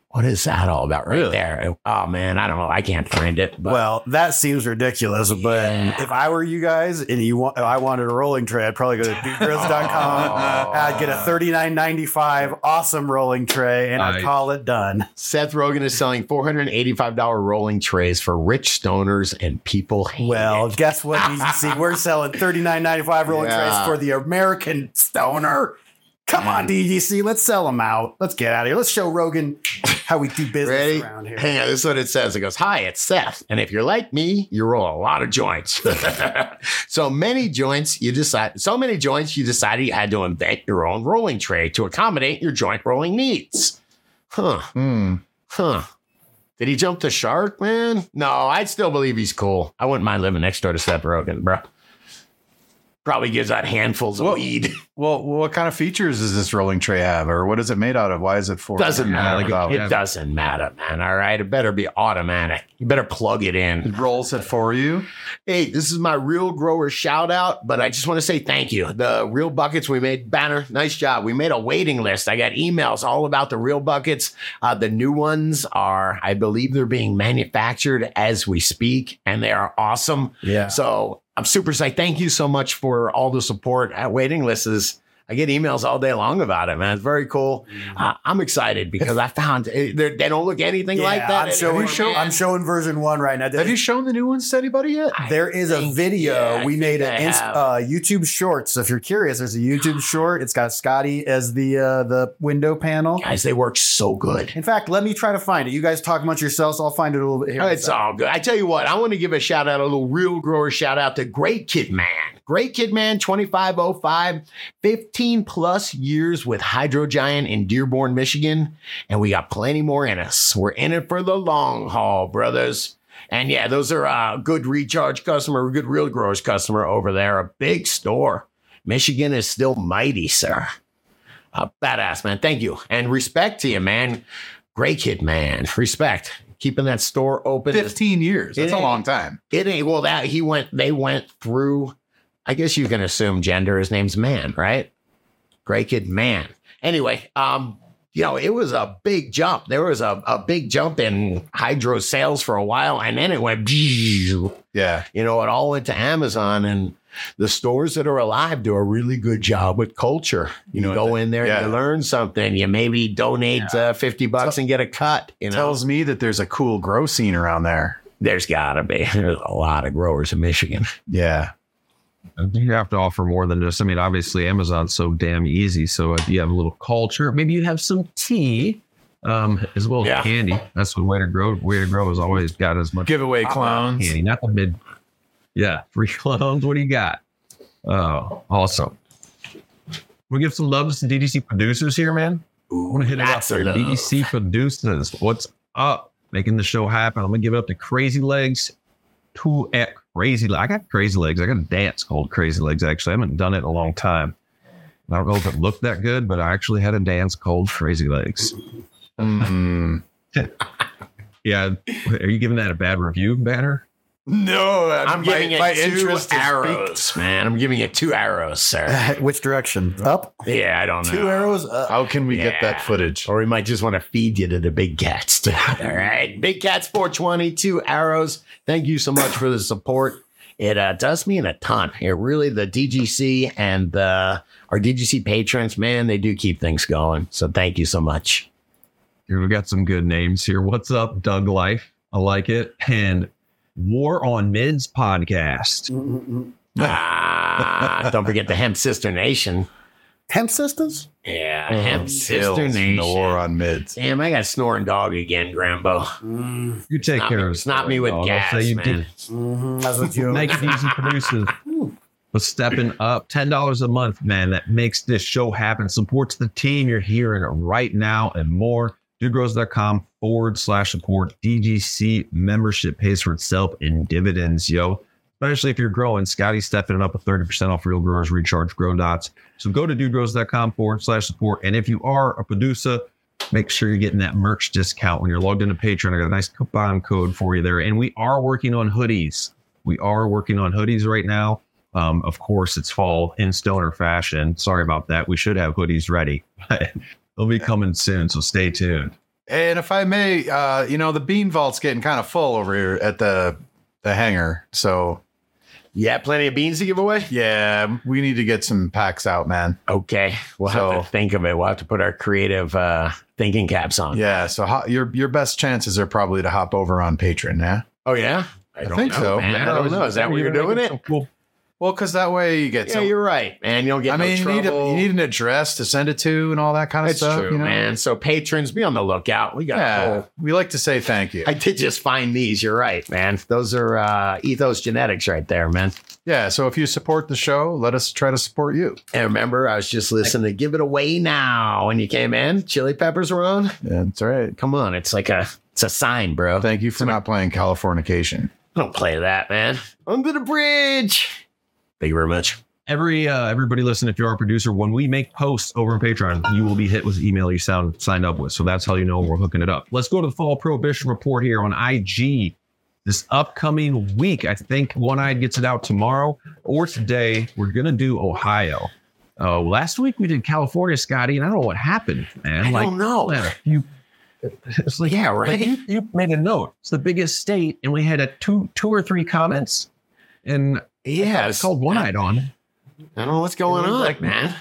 What is that all about right there? Oh man, I don't know. I can't find it. But well, that seems ridiculous. But Yeah. if I were you guys and you want, if I wanted a rolling tray, I'd probably go to dudegrills.com. I'd get a thirty nine ninety five awesome rolling tray, and I'd Nice. call it done. Seth Rogen is selling $485 rolling trays for rich stoners and people. hate Well, it. guess what, DGC? We're selling thirty nine ninety five rolling Yeah. trays for the American stoner. Come Mm. on, DGC, let's sell them out. Let's get out of here. Let's show Rogan how we do business Ready? around here. Hang on, this is what it says. It goes, Hi, it's Seth. And if you're like me, you roll a lot of joints. so many joints you decide so many joints you decided you had to invent your own rolling tray to accommodate your joint rolling needs. Huh. Hmm. Huh. Did he jump the shark, man? No, I'd still believe he's cool. I wouldn't mind living next door to Seth Rogen, bro. Probably gives out handfuls of Well, weed. Well, what kind of features does this rolling tray have, or what is it made out of? Why is it for? Doesn't matter. like a Dollars? it doesn't matter, man. All right. It better be automatic. You better plug it in. It rolls it for you. Hey, this is my real grower shout out, but I just want to say thank you. The real buckets we made banner, nice job. We made a waiting list. I got emails all about the real buckets. Uh, the new ones are, I believe, they're being manufactured as we speak, and they are awesome. Yeah. So I'm super psyched. Thank you so much for all the support at waiting lists. Is, I get emails all day long about it, man. It's very cool. Mm. Uh, I'm excited because I found it, they're- they don't look anything like that. I'm showing, anymore, man. I'm showing version one right now. Have you shown the new ones to anybody yet? There is a think- video yeah, I we think made I an inst- have. uh, YouTube short. So if you're curious, there's a YouTube short. It's got Scotty as the uh, the window panel. Guys, they work so good. In fact, let me try to find it. You guys talk amongst yourselves. I'll find it a little bit here. Oh, It's all good. I tell you what, I want to give a shout out, a little real grower shout out to Great Kid Man. Great Kid Man 2505, 15 plus years with Hydro Giant in Dearborn, Michigan. And we got plenty more in us. We're in it for the long haul, brothers. And yeah, those are a good recharge customer, good real growers customer over there. A big store. Michigan is still mighty, sir. A badass, man. Thank you. And respect to you, man. Great kid, man. Respect. Keeping that store open. Fifteen years. That's It a ain't- long time. It ain't well that he went they went through I guess you can assume gender. His name's man, right? Great kid man. Anyway, um, you know, it was a big jump. There was a, a big jump in hydro sales for a while, and then it went Yeah. you know, it all went to Amazon and the stores that are alive do a really good job with culture. You, You know, go in there, yeah. you learn something, you maybe donate uh, 50 bucks and get a cut. You know, Tells me that there's a cool grow scene around there. there's gotta be there's a lot of growers in Michigan. Yeah. I think you have to offer more than just. I mean, obviously, Amazon's so damn easy. So if you have a little culture, maybe you have some tea, um, as well as Yeah. candy. That's what way to grow. Way to grow has always got as much Giveaway clowns. candy, not the mid. Yeah, free clones. What do you got? Oh, awesome. We give some loves to DDC producers here, man. I want to hit it up Lots of there. love. DDC producers, what's up? Making the show happen. I'm gonna give it up to Crazy Legs. Two at Crazy. Le- I got Crazy Legs. I got a dance called Crazy Legs. Actually, I haven't done it in a long time. I don't know if it looked that good, but I actually had a dance called Crazy Legs. Hmm. Mm. Yeah, are you giving that a bad review, Banner? No, I'm my- giving my it two interest is piqued. arrows, man. I'm giving it two arrows, sir. Which direction? Up? yeah, Uh, I don't know. Two arrows? Uh, Up. How can we get Yeah. that footage? Or we might just want to feed you to the big cats. too. All right. Big cats 422 arrows. Thank you so much for the support. It uh, does mean a ton. It really, the DGC and the, our DGC patrons, man, they do keep things going. So thank you so much. Dude, we got some good names here. What's up, Doug Life? I like it. And War on Mids podcast. Mm-mm-mm. ah, don't forget the Hemp Sister Nation. Hemp systems? Yeah, Hemp Sister Hills in Nation. the war on mids. Damn, I got snoring dog again, Grambo. You take Snap care me- of snap me with Dog. I'll gas, say you man. did. mm, Mhm, That's what you. Make it easy producers. But stepping up, ten dollars a month, man, that makes this show happen. Supports the team. You're hearing it right now and more. Dudegrows.com forward slash support. DGC membership pays for itself in dividends, yo. especially if you're growing. Scotty's stepping it up with 30% off real growers recharge grow dots. So go to dudegrows.com forward slash support. And if you are a producer, make sure you're getting that merch discount when you're logged into Patreon. I got a nice coupon code for you there. And we are working on hoodies. We are working on hoodies right now. Um, of course, it's fall in stoner fashion. Sorry about that. We should have hoodies ready. They'll be coming soon, so stay tuned. And if I may, uh, you know, the bean vault's getting kind of full over here at the the hangar. So Yeah, plenty of beans to give away. yeah, we need to get some packs out, man. Okay, we'll So- have to think of it. We'll have to put our creative uh, thinking caps on. Yeah. So ho- your your best chances are probably to hop over on Patreon. Yeah. Oh yeah, I, think so. man. I Yeah, don't know. Is that what you're doing it? Well, Well, because that way you get. Yeah, some, you're right, man. You don't get. I no mean, you need, a, trouble. you need an address to send it to and all that kind of That's stuff. true, you know? man. So patrons, be on the lookout. We got. a Yeah, whole- we like to say thank you. I did just find these. You're right, man. Those are uh, Ethos Genetics right there, man. yeah, so if you support the show, let us try to support you. And remember, I was just listening to "Give It Away Now" when you came in. Chili peppers were on. Yeah, that's right. Come on, it's like a it's a sign, bro. Thank you for not playing Californication. Don't play that, man. Under the bridge. Thank you very much. every uh, everybody listen, if you're a producer, when we make posts over on Patreon, you will be hit with the email you sound signed up with. So that's how you know we're hooking it up. Let's go to the fall prohibition report here on IG. This upcoming week, I think One Eyed gets it out tomorrow or today. We're gonna do Ohio. Uh, last week we did California, Scotty, and I don't know what happened, man. I like, don't know. Atlanta. You, it's like, Yeah, but right. you, you made a note. It's the biggest state, and we had a two, two or three comments, and Yeah, it's called one eyed on. I don't know what's going It was on, like- man.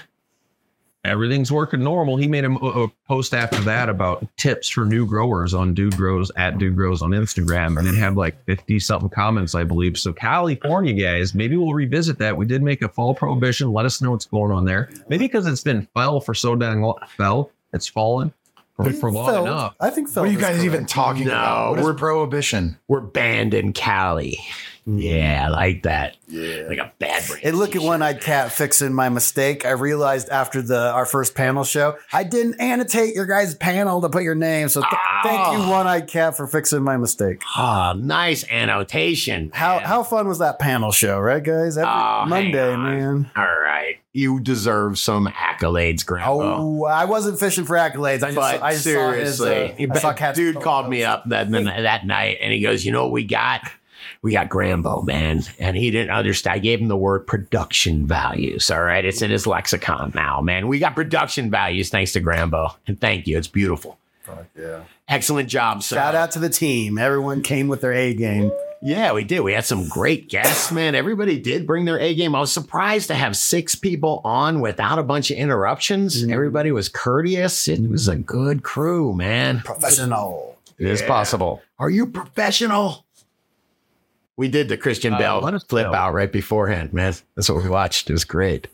Everything's working normal. He made a, a post after that about tips for new growers on Dude Grows at Dude Grows on Instagram, and it had like fifty something comments, I believe. So California guys, maybe we'll revisit that. We did make a fall prohibition. Let us know what's going on there. Maybe because it's been fell for so dang long, fell. It's fallen for, for long Feld- enough. I think so. What are you guys even talking No, about? What is we're- prohibition? We're banned in Cali. Yeah, I like that. Yeah. Like a bad brand. And look at t-shirt. one eyed cat fixing my mistake. I realized after the our first panel show, I didn't annotate your guys' panel to put your name. So th- thank you, Ah. one eyed cat, for fixing my mistake. Ah, nice annotation. How man. how fun was that panel show, right, guys? Every Oh, hang Monday, on. man. All right. You deserve some accolades, Grandpa. Oh, I wasn't fishing for accolades. I just but I seriously, saw his, uh, I saw Cat's dude called me up that that night, and he goes, "You know what we got? We got Grambo, man." And he didn't understand. I gave him the word production values. All right, it's in his lexicon now, man. We got production values thanks to Grambo, and thank you. It's beautiful. yeah. Excellent job, sir. Shout out to the team. Everyone came with their A game. Yeah, we did. We had some great guests, man. Everybody did bring their A game. I was surprised to have six people on without a bunch of interruptions. Everybody was courteous. It was a good crew, man. Professional. It is possible. Are you professional? We did the Christian Uh, Bell let us flip know. out right beforehand, man. That's what we watched. It was great.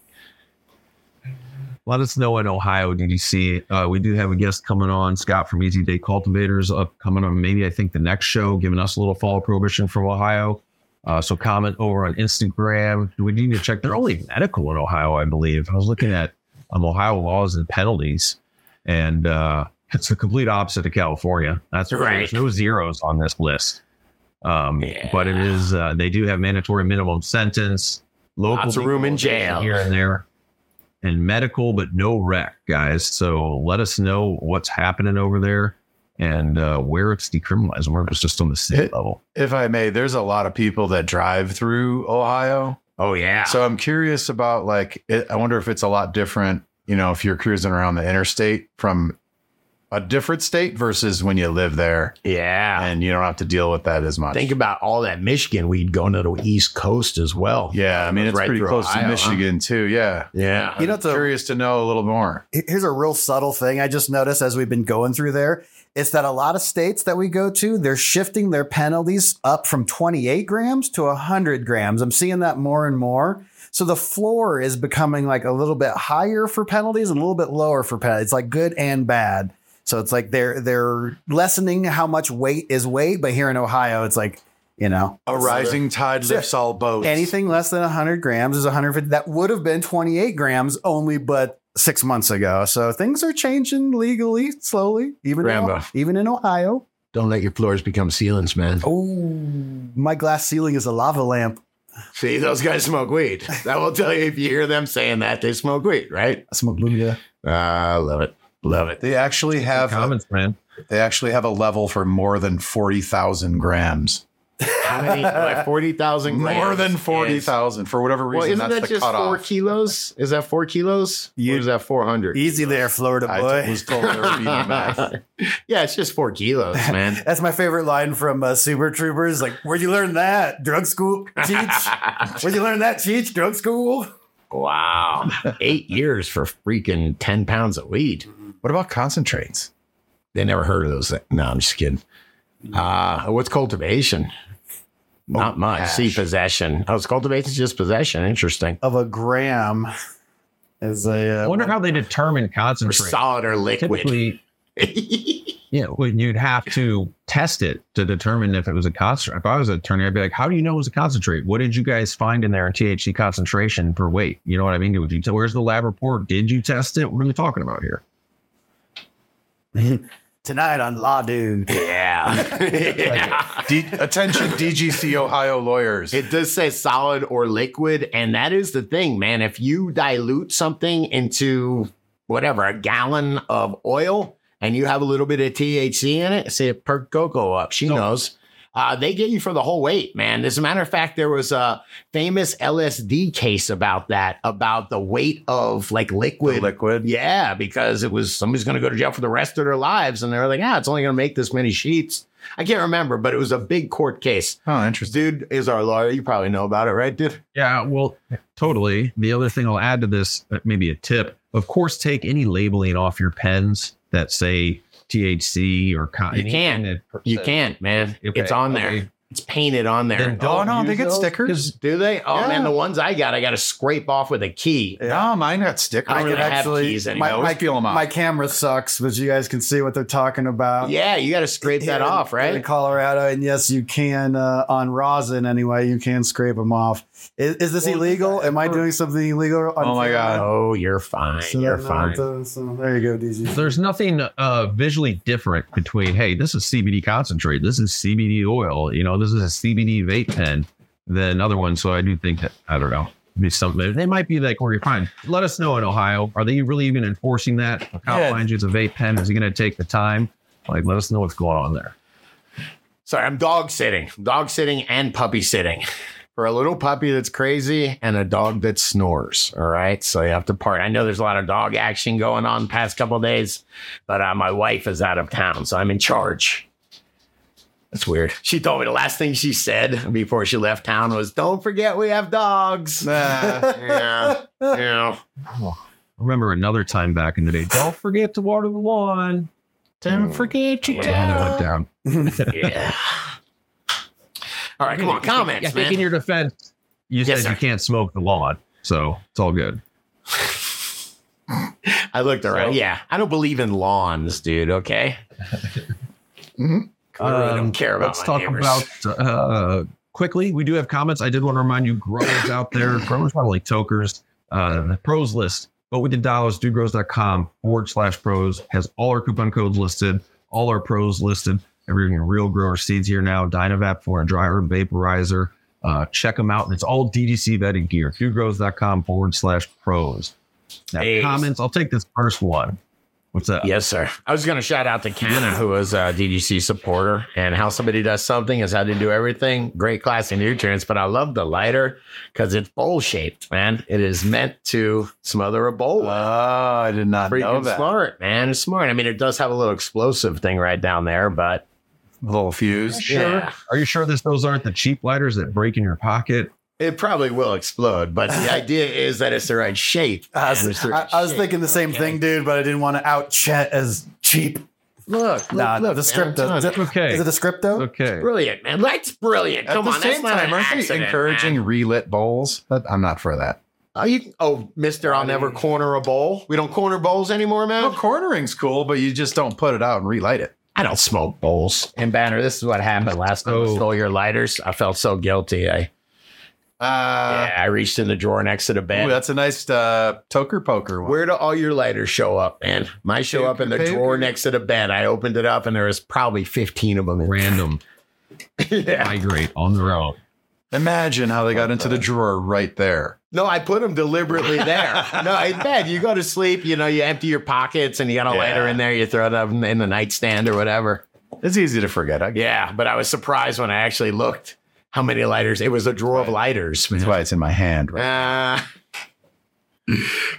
let us know in Ohio, DDC. Uh, we do have a guest coming on, Scott from Easy Day Cultivators, up coming on maybe I think the next show, giving us a little fall prohibition from Ohio. Uh, so comment over on Instagram. We need to check. They're only medical in Ohio, I believe. I was looking at um, Ohio laws and penalties, and uh, it's the complete opposite of California. That's right. Right. There's no zeros on this list. Um, Yeah. But it is uh, they do have mandatory minimum sentence. Local Lots of room in legalization jail. here and there and medical, but no wreck, guys. So let us know what's happening over there and uh, where it's decriminalized, and where it's just on the state It- level. If I may, there's a lot of people that drive through Ohio. Oh yeah. So I'm curious about like, it, I wonder if it's a lot different, you know, if you're cruising around the interstate from a different state versus when you live there yeah. and you don't have to deal with that as much. Think about all that Michigan weed going to the East Coast as well. yeah, I mean, it's Right pretty through close Ohio, to huh? Michigan too. Yeah. Yeah. You know, I'm it's a- curious to know a little more. Here's a real subtle thing I just noticed as we've been going through there. It's that a lot of states that we go to, they're shifting their penalties up from 28 grams to 100 grams. I'm seeing that more and more. So the floor is becoming like a little bit higher for penalties and a little bit lower for penalties. It's like good and bad. So it's like they're they're lessening how much weight is weight, but here in Ohio, it's like you know A rising tide lifts all boats. anything less than 100 grams is 150 that would have been 28 grams only but six months ago so things are changing legally slowly even Rambo. in, even in ohio Don't let your floors become ceilings, man. oh my glass ceiling is a lava lamp See, those guys smoke weed. That will tell you if you hear them saying that they smoke weed, right? I smoke Buddha. I love it. Love it. They actually have Comments, man. they actually have a level for more than forty thousand grams. How many? Like 40,000 More grams than is- forty thousand for whatever Well, reason. isn't that that's the just four cutoff. kilos? Is that four kilos? You- or is that 400? Easy there, Florida I boy. was told there would be no math. yeah, it's just four kilos, man. That's my favorite line from uh, Super Troopers. Like, where'd you learn that? Drug school, Cheech? Where'd you learn that, Cheech? Drug school? wow. Eight years for freaking 10 pounds of weed. What about concentrates? They never heard of those things. No, I'm just kidding. Uh, what's cultivation? Not much. See, hash. possession. Oh, it's cultivation, just possession. Interesting. Of a gram is a. I Uh, wonder how they determine Or concentrate. solid or liquid. Typically, yeah, when you'd have to test it to determine if it was a concentrate. If I was an attorney, I'd be like, "How do you know it was a concentrate? What did you guys find in there in THC concentration per weight? You know what I mean? Would you, where's the lab report? Did you test it? What are we talking about here?" tonight on Law Dude. yeah. yeah. D- attention, DGC Ohio lawyers. It does say solid or liquid, and that is the thing, man. If you dilute something into whatever a gallon of oil, and you have a little bit of THC in it, say it perked Coco up. She knows. Uh, they get you for the whole weight, man. As a matter of fact, there was a famous LSD case about that, about the weight of like The liquid. liquid. Yeah, because it was somebody's going to go to jail for the rest of their lives, and they're like, ah, it's only going to make this many sheets. I can't remember, but it was a big court case. Oh, interesting. Dude is our lawyer. You probably know about it, right, dude? Yeah, well, totally. The other thing I'll add to this, uh, maybe a tip. Of course, take any labeling off your pens that say THC or con- You can't. anything that- You can't, man. Okay, It's on there. okay. It's painted on there. Then Oh don't no, use they get those. stickers. Do they? Oh Yeah. man, the ones I got, I got to scrape off with a key. No, mine got stickers. I I, don't could even have actually- keys I anymore. always my- feel them out. My camera sucks, but you guys can see what they're talking about. yeah, you got to scrape that Here in- off, here In right? Colorado, and yes, you can uh, on rosin anyway. You can scrape them off. Is, is this Well, illegal? Am I or- doing something illegal? On Oh my camera? God. Oh, you're fine. So you're that- fine. so- so there you go, DG. There's nothing uh, visually different between, hey, this is CBD concentrate, this is CBD oil, you know, this is a CBD vape pen than another one. So I do think that, I don't know, be something. They might be like, where you're fine. Let us know in Ohio. Are they really even enforcing that? A cop Yeah. finds you it's a vape pen. Is he going to take the time? Like, let us know what's going on there. Sorry, I'm dog sitting, dog sitting, and puppy sitting for a little puppy that's crazy and a dog that snores. All right, so you have to part. I know there's a lot of dog action going on the past couple of days, but uh, my wife is out of town, so I'm in charge. That's weird. She told me the last thing she said before she left town was, "Don't forget we have dogs." Nah. yeah, yeah. I remember another time back in the day. Don't forget to water the lawn. Don't forget to. And it went down. yeah. All right, come on, I comments, think in man. your defense, you said Yes, sir. you can't smoke the lawn, so it's all good. I looked around. Yeah, I don't believe in lawns, dude. Okay. Mm-hmm. I really Um, don't care about. Let's my talk neighbors. about uh, quickly. We do have comments. I did want to remind you, growers out there, growers not like tokers, uh, the pros list. But with the dollars, dogrows.com forward slash pros has all our coupon codes listed, all our pros listed. Everything real grower seeds here now, Dynavap for a dryer, vaporizer. Uh, check them out. And it's all DDC vetted gear, dogrows.com forward slash pros. Now, Hey. comments. I'll take this first one. What's up? Yes, sir. I was going to shout out to Canna, who was a DGC supporter, and how somebody does something is how they do everything. Great class in nutrients, but I love the lighter because it's bowl shaped, man. It is meant to smother a bowl. Oh, I did not know Freaking that. smart, man. It's smart. I mean, it does have a little explosive thing right down there, but A little fuse. yeah, Are you sure this those aren't the cheap lighters that break in your pocket? it probably will explode. But the idea is that it's the right shape. I man. It's was, the I, right I was shape. thinking the same Okay. thing, dude, but I didn't want to out Chet as cheap. Look, look, Nah, look, the man, I'm telling scripto. you. Is it, Okay. is it the scripto? Okay. Brilliant, man. That's brilliant. At Come the on, that's same not time, an aren't they accident, encouraging man. relit bowls? That, I'm not for that. Oh, you, oh, Mister, I'll never corner a bowl. We don't corner bowls anymore, Well, man. cornering's cool, but you just don't put it out and relight it. I don't smoke bowls. And Banner, this is what happened last time. I Oh. stole your lighters. I felt so guilty. I Uh, yeah, I reached in the drawer next to the ooh, bed. that's a nice uh, toker poker one. Where do all your lighters show up, man? Mine show up in the Paper. drawer next to the bed. I opened it up, and there was probably fifteen of them. In Random yeah, migrate on their own. Imagine how they got into the drawer right there. No, I put them deliberately there. no, in bed, you go to sleep, you know, you empty your pockets and you got a Yeah. lighter in there, you throw it up in the nightstand or whatever. It's easy to forget. I guess. Yeah, but I was surprised when I actually looked how many lighters. It was a drawer of lighters. That's why it's in my hand. Right? Ah.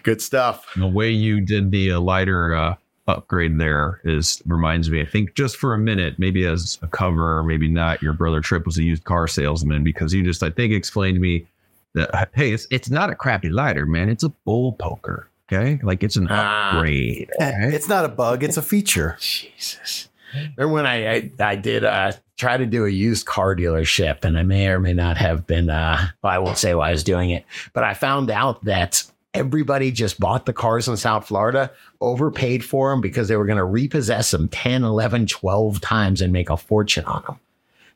good stuff. The way you did the uh, lighter uh, upgrade there is reminds me. I think just for a minute, maybe as a cover, maybe not. Your brother Trip was a used car salesman because you just, I think, explained to me that uh, hey, it's it's not a crappy lighter, man. It's a bull poker. Okay, like it's an Ah. upgrade. okay? Eh, It's not a bug, it's a feature. Jesus. Remember when I I, I did uh, try to do a used car dealership, and I may or may not have been. Uh, well, I won't say why I was doing it, but I found out that everybody just bought the cars in South Florida, overpaid for them because they were going to repossess them 10, 11, 12 times and make a fortune on them.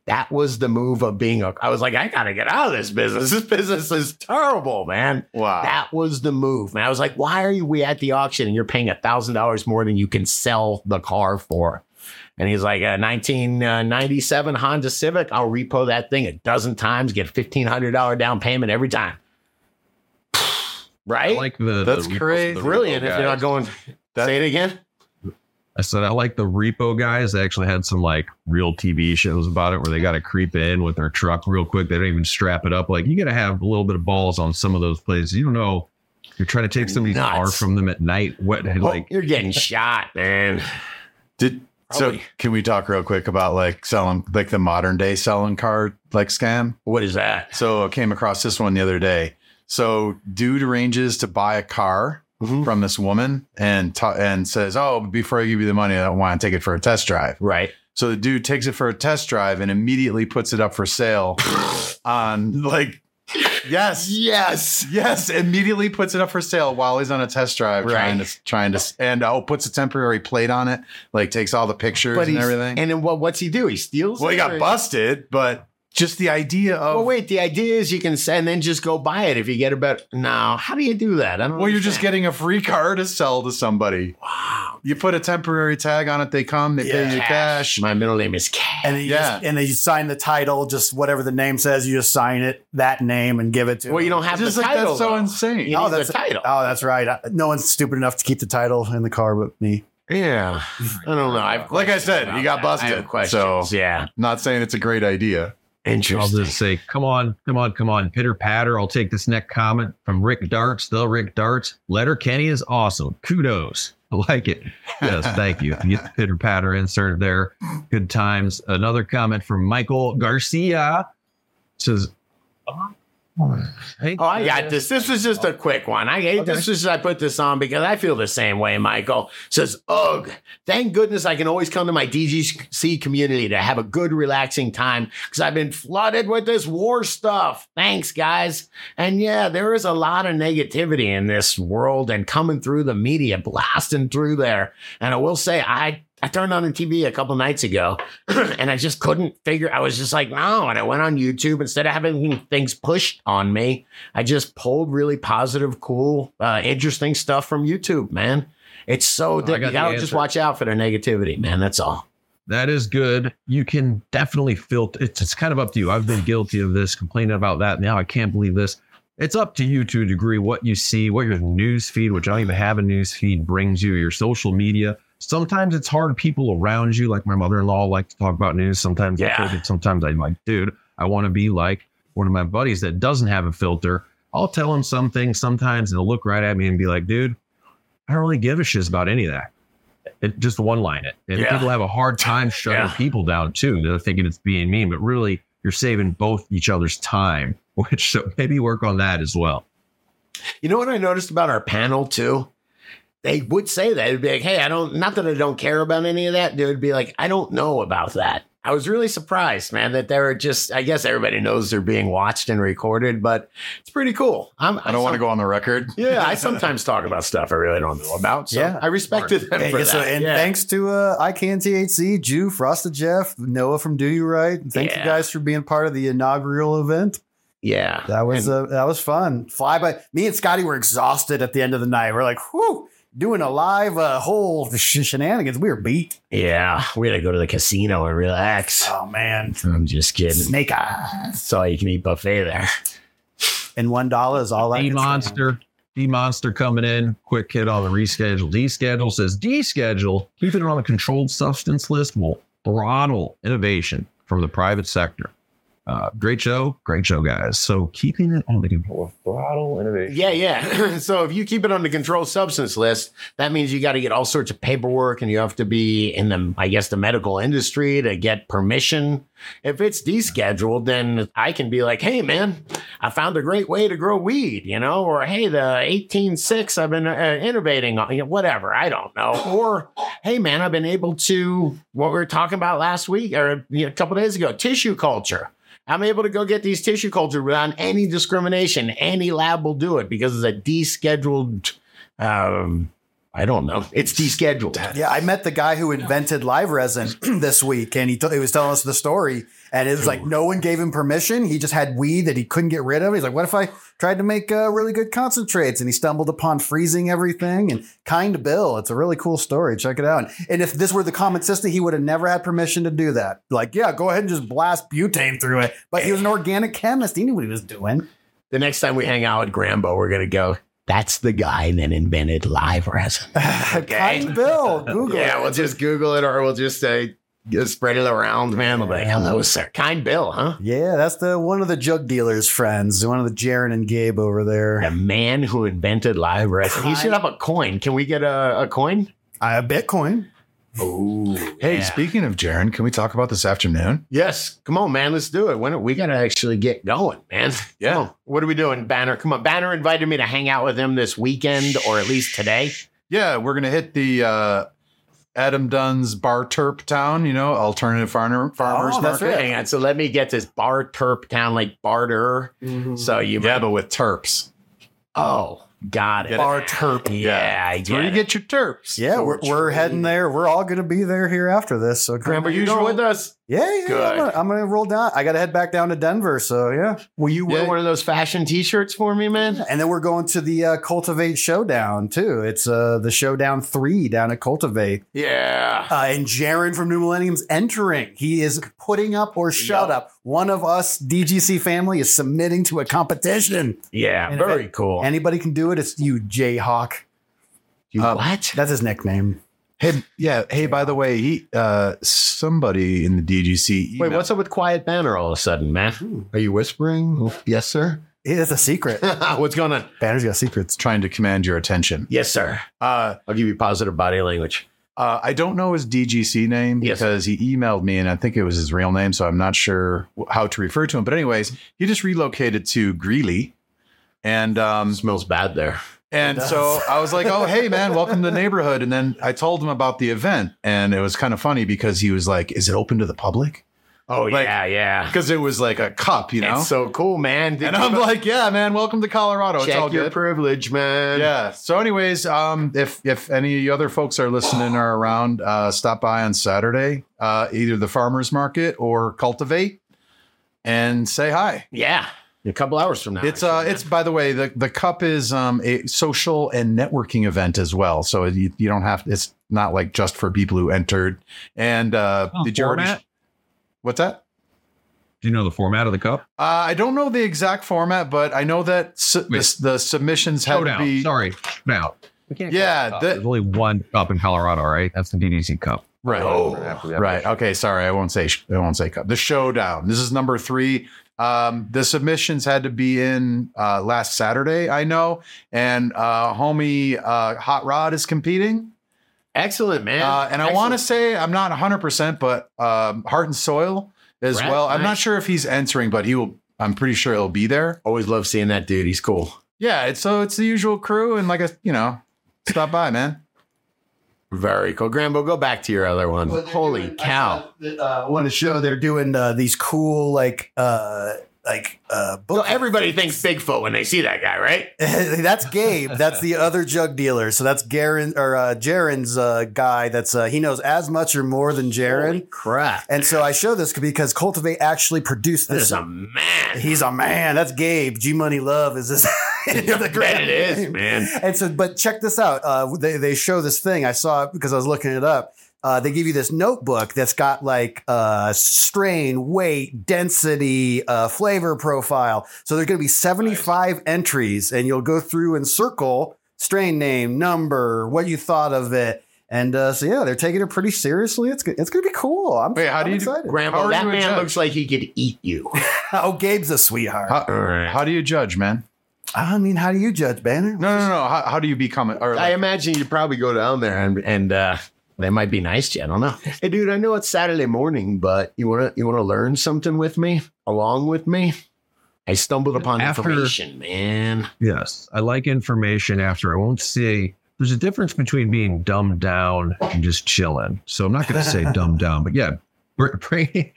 That was the move of being a. I was like, I got to get out of this business. This business is terrible, man. Wow. That was the move. And I was like, why are you we at the auction and you're paying a thousand dollars more than you can sell the car for? And he's like, uh, a 1997 Honda Civic. I'll repo that thing a dozen times, get $1,500 down payment every time. I Right? like the That's the repo- crazy. the repo Brilliant. If you're not guys. going, That- say it again. I said I like the repo guys. They actually had some like real TV shows about it where they got to creep in with their truck real quick. They don't even strap it up. Like you got to have a little bit of balls on some of those places. You don't know. You're trying to take somebody's Nuts. car from them at night. What like? you're getting shot, man. Did so? Probably. Can we talk real quick about like selling like the modern day selling card like scam? What is that? So I came across this one the other day. So dude arranges to buy a car Mhm. from this woman and ta- and says, "Oh, before I give you the money, I want to take it for a test drive." Right. So the dude takes it for a test drive and immediately puts it up for sale on like yes. Yes. Yes, immediately puts it up for sale while he's on a test drive trying Right. to trying to and oh puts a temporary plate on it, like takes all the pictures But and he's, everything. and then what, what's he do? He steals. well, he it or- got busted, but just the idea of Well, wait. The idea is you can send and just go buy it if you get a better. No, how do you do that? I don't. Well, you're just understand. getting a free car to sell to somebody. wow. You put a temporary tag on it, they come, they pay you cash. My middle name is Cash. And then you Yeah. just, and then you sign the title, just whatever the name says, you just sign it, that name, and give it to. Well, you them. don't have Just the like title. that's so though. insane. You Oh, need the that's- title. Oh, that's right. I- No one's stupid enough to keep the title in the car but me. Yeah, I don't know. I've Like I said, questions you got about that. I busted, have questions. so- yeah, Not saying it's a great idea. I'll interesting. just say, come on, come on, come on, pitter patter. I'll take this next comment from Rick Darts, the Rick Darts. Letter Kenny is awesome. Kudos. I like it. Yes, thank you. Get the pitter patter insert there. Good times. Another comment from Michael Garcia says, Hey, Oh, I got this. This was just a quick one. I this is I put this on because I feel the same way. Michael says, "Ugh, thank goodness I can always come to my DGC community to have a good, relaxing time because I've been flooded with this war stuff. Thanks, guys. And yeah, there is a lot of negativity in this world and coming through the media, blasting through there. And I will say, I." I turned on the TV a couple nights ago and I just couldn't figure. I was just like, no. And I went on YouTube instead of having things pushed on me. I just pulled really positive, cool, uh, interesting stuff from YouTube, man. It's so Oh, I di- got you the gotta just answer. watch out for the negativity, man. That's all. That is good. You can definitely filter. It's, it's kind of up to you. I've been guilty of this, complaining about that. Now I can't believe this. It's up to you to a degree what you see, what your news feed, which I don't even have a news feed, brings you, your social media. Sometimes it's hard people around you, like my mother in law, like to talk about news. Sometimes I Yeah. take it. Sometimes I'm like, dude, I want to be like one of my buddies that doesn't have a filter. I'll tell him something sometimes and he'll look right at me and be like, dude, I don't really give a shit about any of that. It, just one line it. And Yeah. people have a hard time shutting Yeah. people down too. They're thinking it's being mean, but really you're saving both each other's time, which so maybe work on that as well. You know what I noticed about our panel too? They would say that it'd be like, hey, I don't not that I don't care about any of that. They would be like, I don't know about that. I was really surprised, man, that they were just I guess everybody knows they're being watched and recorded, but it's pretty cool. I'm I don't want to go on the record. Yeah, I sometimes talk about stuff I really don't know about. So Yeah. I respected them And, for so- that. and Yeah. thanks to uh, ICANN THC, Jew, Frosted Jeff, Noah from Do You Right. Thank Yeah. you guys for being part of the inaugural event. yeah. That was uh, that was fun. Fly by. Me and Scotty were exhausted at the end of the night. We're like, whew. doing a live uh, whole sh- shenanigans. We were beat. Yeah, we gotta go to the casino and relax. Oh man, I'm just kidding. snake eyes. That's all you can eat buffet there. And one dollar is all that. D Monster. D Monster coming in. Quick hit on the reschedule. D schedule says deschedule, keeping it on the controlled substance list will throttle innovation from the private sector. Uh, great show. Great show, guys. So keeping it on the control throttle innovation. Yeah, yeah. so if you keep it on the controlled substance list, that means you got to get all sorts of paperwork and you have to be in the, I guess, the medical industry to get permission. If it's descheduled, then I can be like, hey, man, I found a great way to grow weed, you know, or hey, the 186 I've been uh, innovating on, you know, whatever. I don't know. Or hey, man, I've been able to, what we were talking about last week or you know, a couple days ago, tissue culture. I'm able to go get these tissue cultures without any discrimination. Any lab will do it because it's a descheduled. Um, I don't know. It's descheduled. Yeah, I met the guy who invented live resin this week, and he, t- he was telling us the story. And it was like no one gave him permission. He just had weed that he couldn't get rid of. He's like, "What if I tried to make uh, really good concentrates?" And he stumbled upon freezing everything. And kind Bill, it's a really cool story. Check it out. And, and if this were the common system, he would have never had permission to do that. Like, yeah, go ahead and just blast butane through it. But he was an organic chemist. He knew what he was doing. The next time we hang out at Grambo, we're gonna go. That's the guy that invented live resin. Kind Bill, Google. yeah, it. we'll just Google it, or we'll just say just spread it around, man. We'll be like, hello, sir. Kind Bill, huh? Yeah, that's the one of the jug dealers' friends, one of the Jaron and Gabe over there. The man who invented live resin. He should have a coin. Can we get a, a coin? I have Bitcoin. Hey, Yeah. speaking of Jaron, can we talk about this afternoon? Yes, come on, man. Let's do it. When we gotta actually get going, man. Yeah. Come on. What are we doing, Banner? Come on, Banner invited me to hang out with him this weekend, or at least today. Yeah, we're gonna hit the uh, Adam Dunn's Bar Terp Town. You know, alternative farmer farmers Oh, that's market. right. Hang on. So let me get this bar terp town like barter. So you Yeah, might, but with terps. oh, got it. Get it. Bar terp. Yeah, I It's where you get it. get your terps. Yeah, we're, we're heading there. We're all going to be there here after this. So, Grandpa, you don't- were with us. yeah, yeah, Good. I'm gonna- I'm going to roll down. I got to head back down to Denver. So, yeah. Will you wear Yeah. one of those fashion T-shirts for me, man? And then we're going to the uh, Cultivate Showdown, too. It's uh, the Showdown 3 down at Cultivate. Yeah. Uh, and Jaron from New Millennium's entering. He is putting up or shut Yup. up. One of us, DGC family, is submitting to a competition. Yeah. And if very it- cool. Anybody can do it. It's you, Jayhawk. You- Uh, what? That's his nickname. Hey, yeah. Hey, by the way, he uh, somebody in the DGC. Wait, email- what's up with Quiet Banner all of a sudden, man? Are you whispering? Oh, Yes, sir. It's a secret. What's going on? Banner's got secrets. trying to command your attention? Yes, sir. Uh, I'll give you positive body language. Uh, I don't know his DGC name Yes. because he emailed me and I think it was his real name, so I'm not sure wh- how to refer to him. But anyways, he just relocated to Greeley, and um, smells bad there. and so I was like, "Oh, hey man, welcome to the neighborhood." And then I told him about the event, and it was kind of funny because he was like, "Is it open to the public?" Oh Like- yeah, yeah. Because it was like a cup, you know. It's so cool, man. Did and you I'm like, "Yeah, man, welcome to Colorado. check it's all your good." privilege, man. yeah. So, anyways, um, if if any of you other folks are listening or around, uh, stop by on Saturday, uh, either the farmers market or cultivate, and say hi. yeah. A couple hours from now, It's uh, it's by the way, the the cup is um a social and networking event as well. So you, you don't have it's not like just for people who entered. And uh, Oh, did you format? already? What's that? Do you know the format of the cup? Uh, I don't know the exact format, but I know that su- Wait. the, the submissions had to Showdown. be. Sorry, now. Yeah, There's the, only one cup in Colorado, right? That's the DDC Cup. right. Oh, Right. Okay. Sorry, I won't say. Sh- I won't say cup. The showdown. This is number three. Um, the submissions had to be in uh, last Saturday, I know, and uh, homie uh, Hot Rod is competing. excellent, man. Uh, and I want to say I'm not 100, percent but um, Heart and Soil as Right, well. I'm not nice. sure if he's entering, but he will. I'm pretty sure he'll be there. always love seeing that dude. He's cool. Yeah. It's, so it's the usual crew, and like a you know, stop by, man. Very cool, Grambo. Go back to your other one. Holy cow! I want to show they're doing uh, these cool, like, uh, like, uh, So book. everybody thinks Bigfoot when they see that guy, right? that's Gabe. That's the other jug dealer. So that's Garen or uh, Jaron's uh, guy. That's uh, he knows as much or more than Holy Jaron. crap! And so I show this because Cultivate actually produced This this. is a man. He's a man. That's Gabe. G Money Love is this any other Man, grand it is, name. man. And so, but check this out. Uh, they they show this thing. I saw it because I was looking it up. Uh, they give you this notebook that's got like uh, strain, weight, density, uh, flavor profile. So there's going to be 75 entries, and you'll go through and circle strain name, number, what you thought of it. And uh, so, yeah, they're taking it pretty seriously. It's go- it's going to be cool. I'm, Wait, how do I'm you do- excited. How Grandpa, are that you a man judge? looks like he could eat you. oh, Gabe's a sweetheart. How, right. how do you judge, man? I mean, how do you judge Banner? No, no, no. How, how do you become it? Or I like, imagine you'd probably go down there and and uh that might be nice to you. I don't know. Hey dude, I know it's Saturday morning, but you wanna you wanna learn something with me? Along with me? I stumbled upon After- information, man. Yes, I like information after. I won't say there's a difference between being dumbed down and just chilling. So I'm not going to say dumbed down, but yeah, br- brain.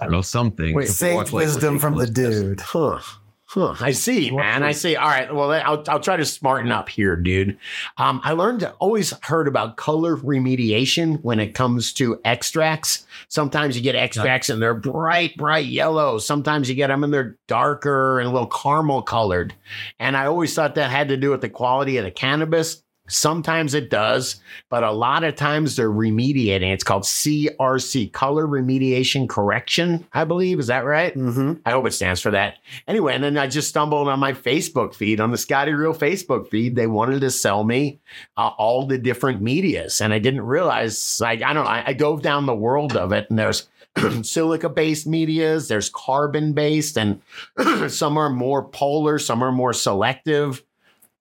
I know something. Wait, Saved wisdom from the dude. Huh. Huh. I see, man. I see. All right. Well, I'll, I'll try to smarten up here, dude. Um, I learned to always heard about color remediation when it comes to extracts. Sometimes you get extracts and they're bright, bright yellow. Sometimes you get them and they're darker and a little caramel colored. And I always thought that had to do with the quality of the cannabis. Sometimes it does, but a lot of times they're remediating. It's called CRC, color remediation correction, I believe. Is that right? Mm-hmm. I hope it stands for that. Anyway, and then I just stumbled on my Facebook feed, on the Scotty Real Facebook feed. They wanted to sell me uh, all the different medias, and I didn't realize. Like I don't, know, I, I dove down the world of it, and there's silica-based medias, there's carbon-based, and some are more polar, some are more selective.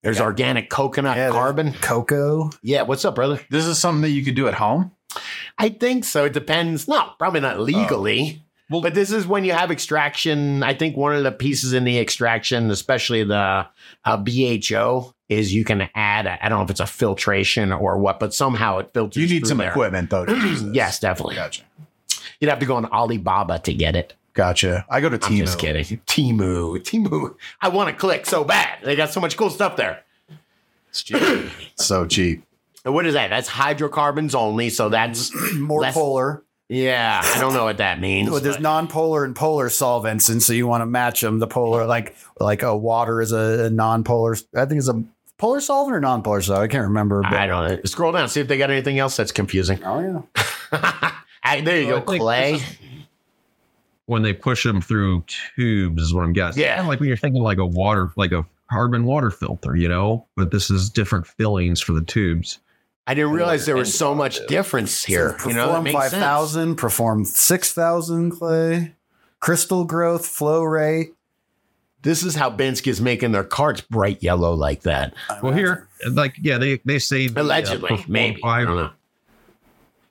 There's organic coconut Yeah, there's- carbon. Coco. Yeah, what's up, brother? this is something that you could do at home. I think so. It depends. No, probably not legally. Oh. Well- but this is when you have extraction. I think one of the pieces in the extraction, especially the uh, BHO, is you can add. I I don't know if it's a filtration or what, but somehow it filters. You need through some there. equipment though. To use this. Yes, definitely. Gotcha. You'd have to go on Alibaba to get it. Gotcha. I go to I'm Timo. just kidding. Timu, Timu. I want to click so bad. They got so much cool stuff there. It's cheap. so cheap. And What is that? That's hydrocarbons only. So that's More Less- polar. yeah. I don't know what that means. Well, there's but- non-polar and polar solvents, and so you want to match them. The polar, like like a water, is a, a non-polar. I think it's a polar solvent or non-polar solvent. I can't remember. But, I don't know. Scroll down, see if they got anything else that's confusing. oh yeah. Ah, there you So I go, think Clay. this When they push them through tubes, is what I'm guessing. Yeah. Kinda like when you're thinking like a water, like a carbon water filter, you know. But this is different fillings for the tubes. I didn't realize there was so much difference here. You Perform know, that makes five sense. thousand. Perform six thousand. Clay. Crystal growth, flow rate. This is how Bensky's making their carts bright yellow like that. Well, here, like yeah, they they say the, uh, Allegedly, Perform maybe. I Five don't know.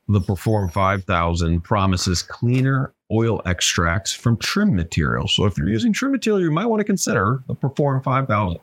the Perform 5000 promises cleaner oil extracts from trim material. So if you're using trim material, you might want to consider the Perform 5000.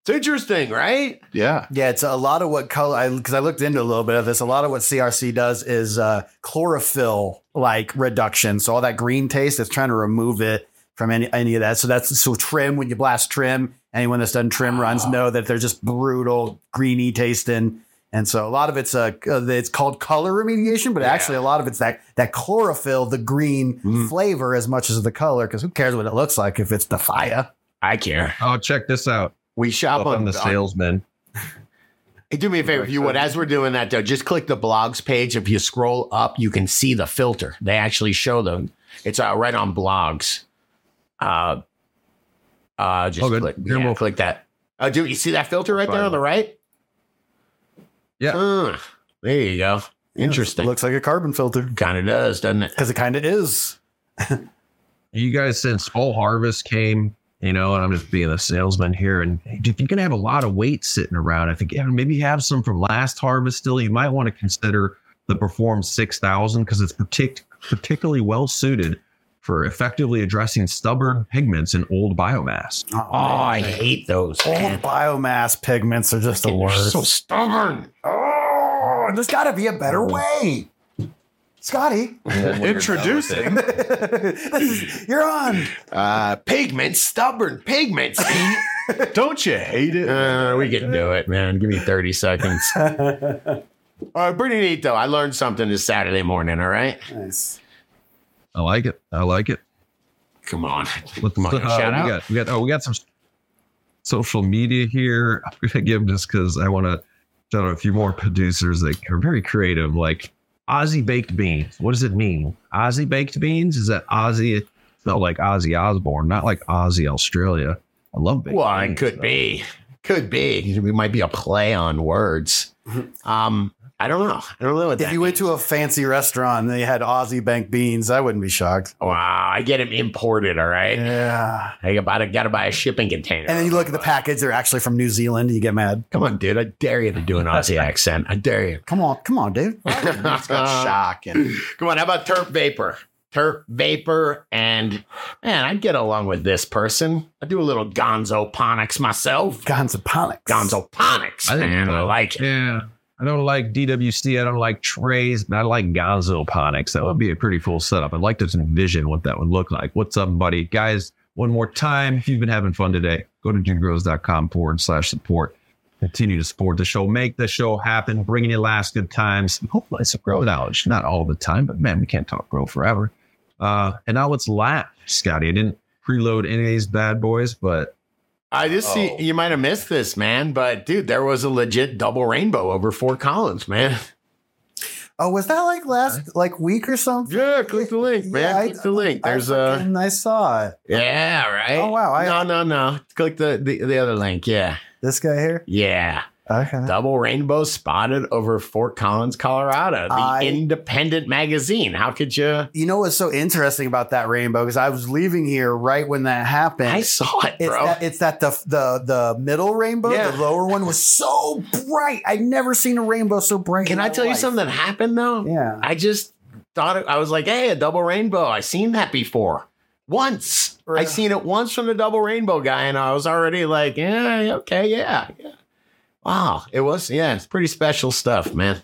It's interesting, right? Yeah. Yeah, it's a lot of what color because I, looked into a little bit of this. A lot of what CRC does is uh, chlorophyll like reduction. So all that green taste, it's trying to remove it from any any of that. So that's so trim when you blast trim. Anyone that's done trim runs know that they're just brutal greeny tasting. And so a lot of it's uh, uh, it's called color remediation, but actually a lot of it's that that chlorophyll, the green flavor as much as the color. Because who cares what it looks like if it's the fire? I care. Oh, check this out. We shop Up on, on the salesman. Hey, do me a favor, if you would, as we're doing that, though, just click the blogs page. If you scroll up, you can see the filter. They actually show them. It's uh, right on blogs. Uh, uh, just Oh, good. click, Here yeah, we'll- click that. Oh, do you see that filter right there on the right? Yeah. Uh, there you go. Interesting. looks like a carbon filter kind of does, doesn't it? because it kind of is. You guys, since Full Harvest came, you know, and I'm just being a salesman here, and if you're going to have a lot of weight sitting around, I think yeah, maybe you have some from last harvest still, you might want to consider the Perform 6000 because it's partic- particularly well suited for effectively addressing stubborn pigments in old biomass. Oh, I hate those. Oh, Old man. biomass pigments are just the They're worst. so stubborn. oh, there's got to be a better way. Scotty, Introducing. this is, you're on. Uh, pigments, stubborn pigments. Don't you hate it? Uh, we can do it, man. Give me 30 seconds. all right, pretty neat, though. I learned something this Saturday morning, all right? Nice. I like it. I like it. Come on. Let's, Come on, uh, shout we out. Got, we got oh we got some social media here. I'm gonna give them just because I want to shout out a few more producers that are very creative, like Aussie baked beans. What does it mean? Aussie baked beans is that Aussie felt like Ozzy Osbourne, not like Aussie Australia. I love baked Well, beans, it could though. be. Could be. We might be a play on words. Um, I don't know. I don't know what Mm-hmm. If that you went means. to a fancy restaurant and they had Aussie bank beans, I wouldn't be shocked. Wow, I get them imported, all right? Yeah. I gotta, gotta buy a shipping container. And then you look at the package, they're actually from New Zealand and you get mad. Come on, dude. I dare you to do an Aussie accent. I dare you. Come on, come on, dude. It's got shock and Come on, how about Turf Vapor? Turf Vapor and man, I'd get along with this person. I do a little gonzoponics myself. Gonzoponics. Gonzoponics. I think man, I so. like it. Yeah. I don't like DWC. I don't like trays. And I like gonzoponics. That would be a pretty cool setup. I'd like to envision what that would look like. What's up, buddy? Guys, one more time, if you've been having fun today, go to jingros.com forward slash support. Continue to support the show. Make the show happen. Bring in your last good times. Hopefully, it's a grow knowledge. Not all the time, but man, we can't talk grow forever. Uh, and now it's lap, Scotty. I didn't preload any of these bad boys, but I just see Oh. you might have missed this, man, but dude, there was a legit double rainbow over four columns, man. Oh, was that like last like week or something? Yeah, click the link, Yeah, man. I- click the link. There's I, a fucking- I saw it. yeah, right. Oh, wow, I- no, no, no. Click the, the the other link. Yeah, This guy here. yeah. Okay. Double rainbow spotted over Fort Collins, Colorado. The I- Independent magazine. How could you? You know what's so interesting about that rainbow? Because I was leaving here right when that happened. I saw it, It's bro. that, it's that the the the middle rainbow, Yeah. the lower one was so bright. I've never seen a rainbow so bright. Can in I my tell you life. something that happened though? Yeah. I just thought it, I was like, hey, a double rainbow. I seen that before. Once. I Right. seen it once from the double rainbow guy, and I was already like, yeah, okay, yeah. yeah. Wow. It was, yeah, it's pretty special stuff, man.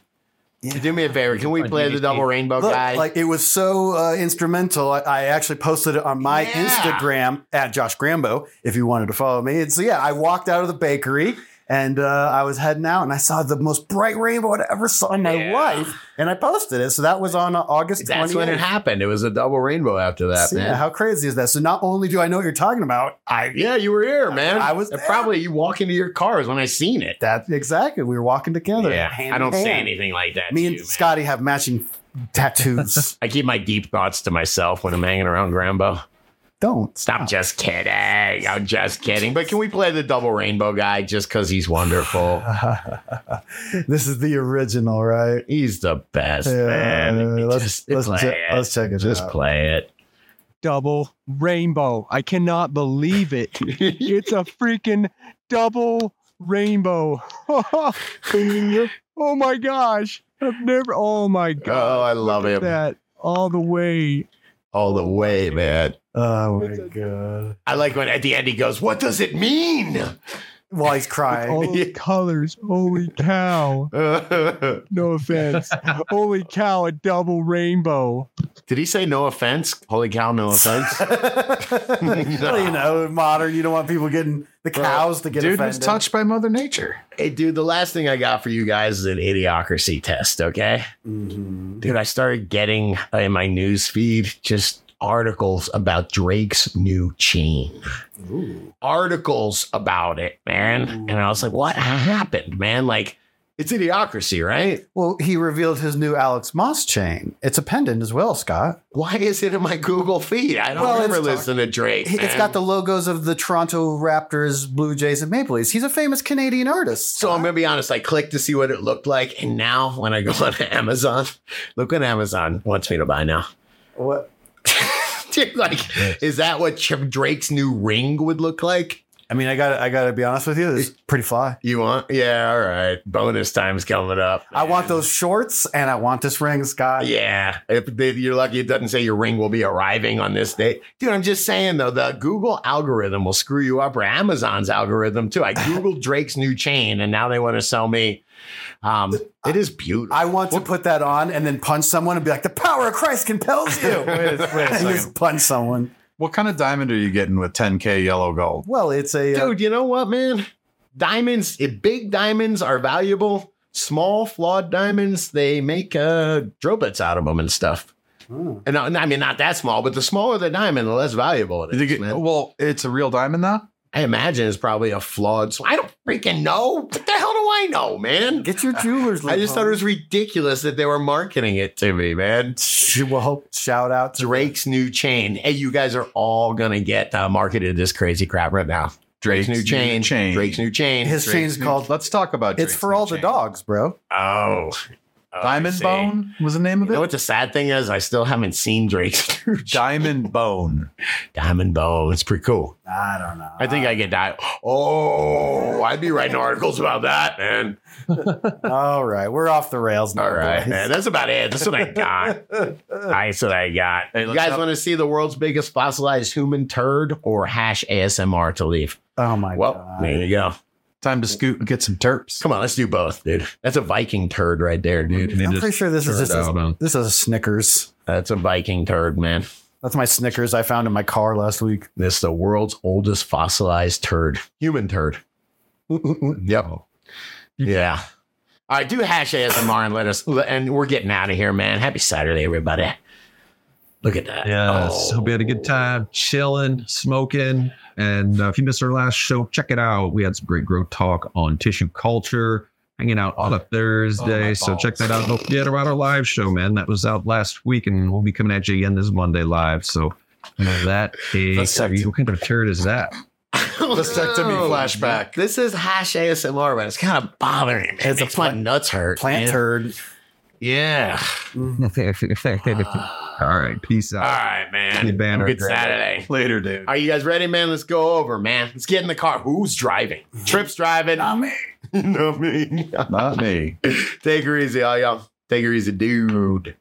Yeah. Do me a favor. Can we play the double rainbow Look, Oh, guy? like it was so uh, instrumental. I, I actually posted it on my Yeah. Instagram at Josh Grambo if you wanted to follow me. And so yeah, I walked out of the bakery and uh, I was heading out and I saw the most bright rainbow I'd ever saw in my Yeah. life, and I posted it. So that was on uh, August. That's when it 28th. happened. It was a double rainbow after that, So, man. yeah, how crazy is that? So not only do I know what you're talking about, I yeah, you were here, man. I was And there. probably you walk into your cars when I seen it. that exactly we were walking together. yeah, hand I in don't say hand. anything like that. Me to and you, man. Scotty have matching tattoos. I keep my deep thoughts to myself when I'm hanging around Grambo. don't Stop just kidding. I'm just kidding. But can we play the double rainbow guy just because he's wonderful? this is the original, right? He's the best, Yeah, man. let's- just let's play che- it. let's check it Just out. play it. double rainbow. I cannot believe it. it's a freaking double rainbow. oh my gosh. I've never oh my god. Oh, I love him That all the way. all the way, man. Oh my god! I like when at the end he goes, What does it mean? While he's All crying, Oh. the colors. Holy cow. Did No offense. Holy cow, a double rainbow. he say no offense? Holy cow, no offense. Well, you know, modern. You don't want people getting the cows to get dude was offended. touched by Mother Nature. Hey, dude, the last thing I got for you guys is an idiocracy test, okay? Mhm. Dude, I started getting uh, in my news feed just articles about Drake's new chain. Articles about it, man. And I was like, what happened, man? Like, it's idiocracy, right? Well, he revealed his new Alex Moss chain. It's a pendant as well, Scott. Why is it in my Google feed? I don't Well, ever it's- listen to Drake. He- It's man. got the logos of the Toronto Raptors, Blue Jays, and Maple Leafs. He's a famous Canadian artist. So I'm gonna be honest. I clicked to see what it looked like, and now when I go on Amazon, look what Amazon wants me to buy now. What? Dude, like, is that what Ch- Drake's new ring would look like? I mean, I got. I got to be honest with you. It's pretty fly. You want? Yeah, all right. Bonus time's coming up. I want man. those shorts and I want this ring, Scott. Yeah, if they- you're lucky, it doesn't say your ring will be arriving on this date, dude. I'm just saying though, the Google algorithm will screw you up, or Amazon's algorithm too. I googled Drake's new chain, and now they want to sell me. Um, it is beautiful. I want to put that on and then punch someone and be like, the power of Christ compels you. Wait a- wait a and just second. punch someone. What kind of diamond are you getting with 10K yellow gold? Well, it's a. uh, dude you know what man diamonds if big diamonds are valuable small flawed diamonds they make uh drobits out of them and stuff oh. and, uh, and i mean not that small but the smaller the diamond the less valuable it Did you is get- man. well, it's a real diamond now? I imagine is probably a flawed. So I don't freaking know. What the hell do I know, man? Get your jeweler's. I just lip thought it on. was ridiculous that they were marketing it to me, man. Well, shout out to Drake's new chain. Hey, you guys are all gonna get uh, marketed this crazy crap right now. Drake's, new, chain, Drake's new chain. his Drake's chain's new- called. Let's talk about It's Drake's for new all the chain. dogs, bro. Oh, Oh, I Diamond see. Bone was the name of You know it. what the sad thing is? I still haven't seen Drake's new chain. Diamond Bone. Diamond Bow. It's pretty cool. I don't know. I think I could die. Oh, I'd be writing articles about that, man. All right, we're off the rails now. All right, boys. man. That's about it. That's what I got. That's what I got. Hey, you let's guys not- want to see the world's biggest fossilized human turd or hash ASMR to leave? Oh my well, god. there you go. Time to scoot and get some terps. Come on, let's do both, dude. That's a Viking turd right there, dude. They I'm just pretty sure this is turned just out a, on- this is a Snickers. That's a Viking turd, man. That's my Snickers I found in my car last week. This is the world's oldest fossilized turd, human turd. yep. Yeah. All right, do hash ASMR and let us, and we're getting out of here, man. Happy Saturday, everybody. Look at that. Oh. Yes. Hope you had a good time chilling, smoking. And uh, if you missed our last show, check it out. We had some great growth talk on tissue culture, hanging out on a Thursday. so check that out. Don't forget about our live show, man. That was out last week, and we'll be coming at you again this Monday live. So you know, that That's is sucked. what kind of turd is that? Vasectomy flashback. This is hash ASMR, but it's kind of bothering me. It's It's a my plant- nuts hurt. Plant yeah. turd. Yeah. All right. Peace out. All right, man. Good banner. Good Saturday. Later, dude. Are you guys ready, man? Let's go over, man. Let's get in the car. Who's driving? Trip's driving. Not me. Not me. Not me. Take her easy, all y'all. Take her easy, dude.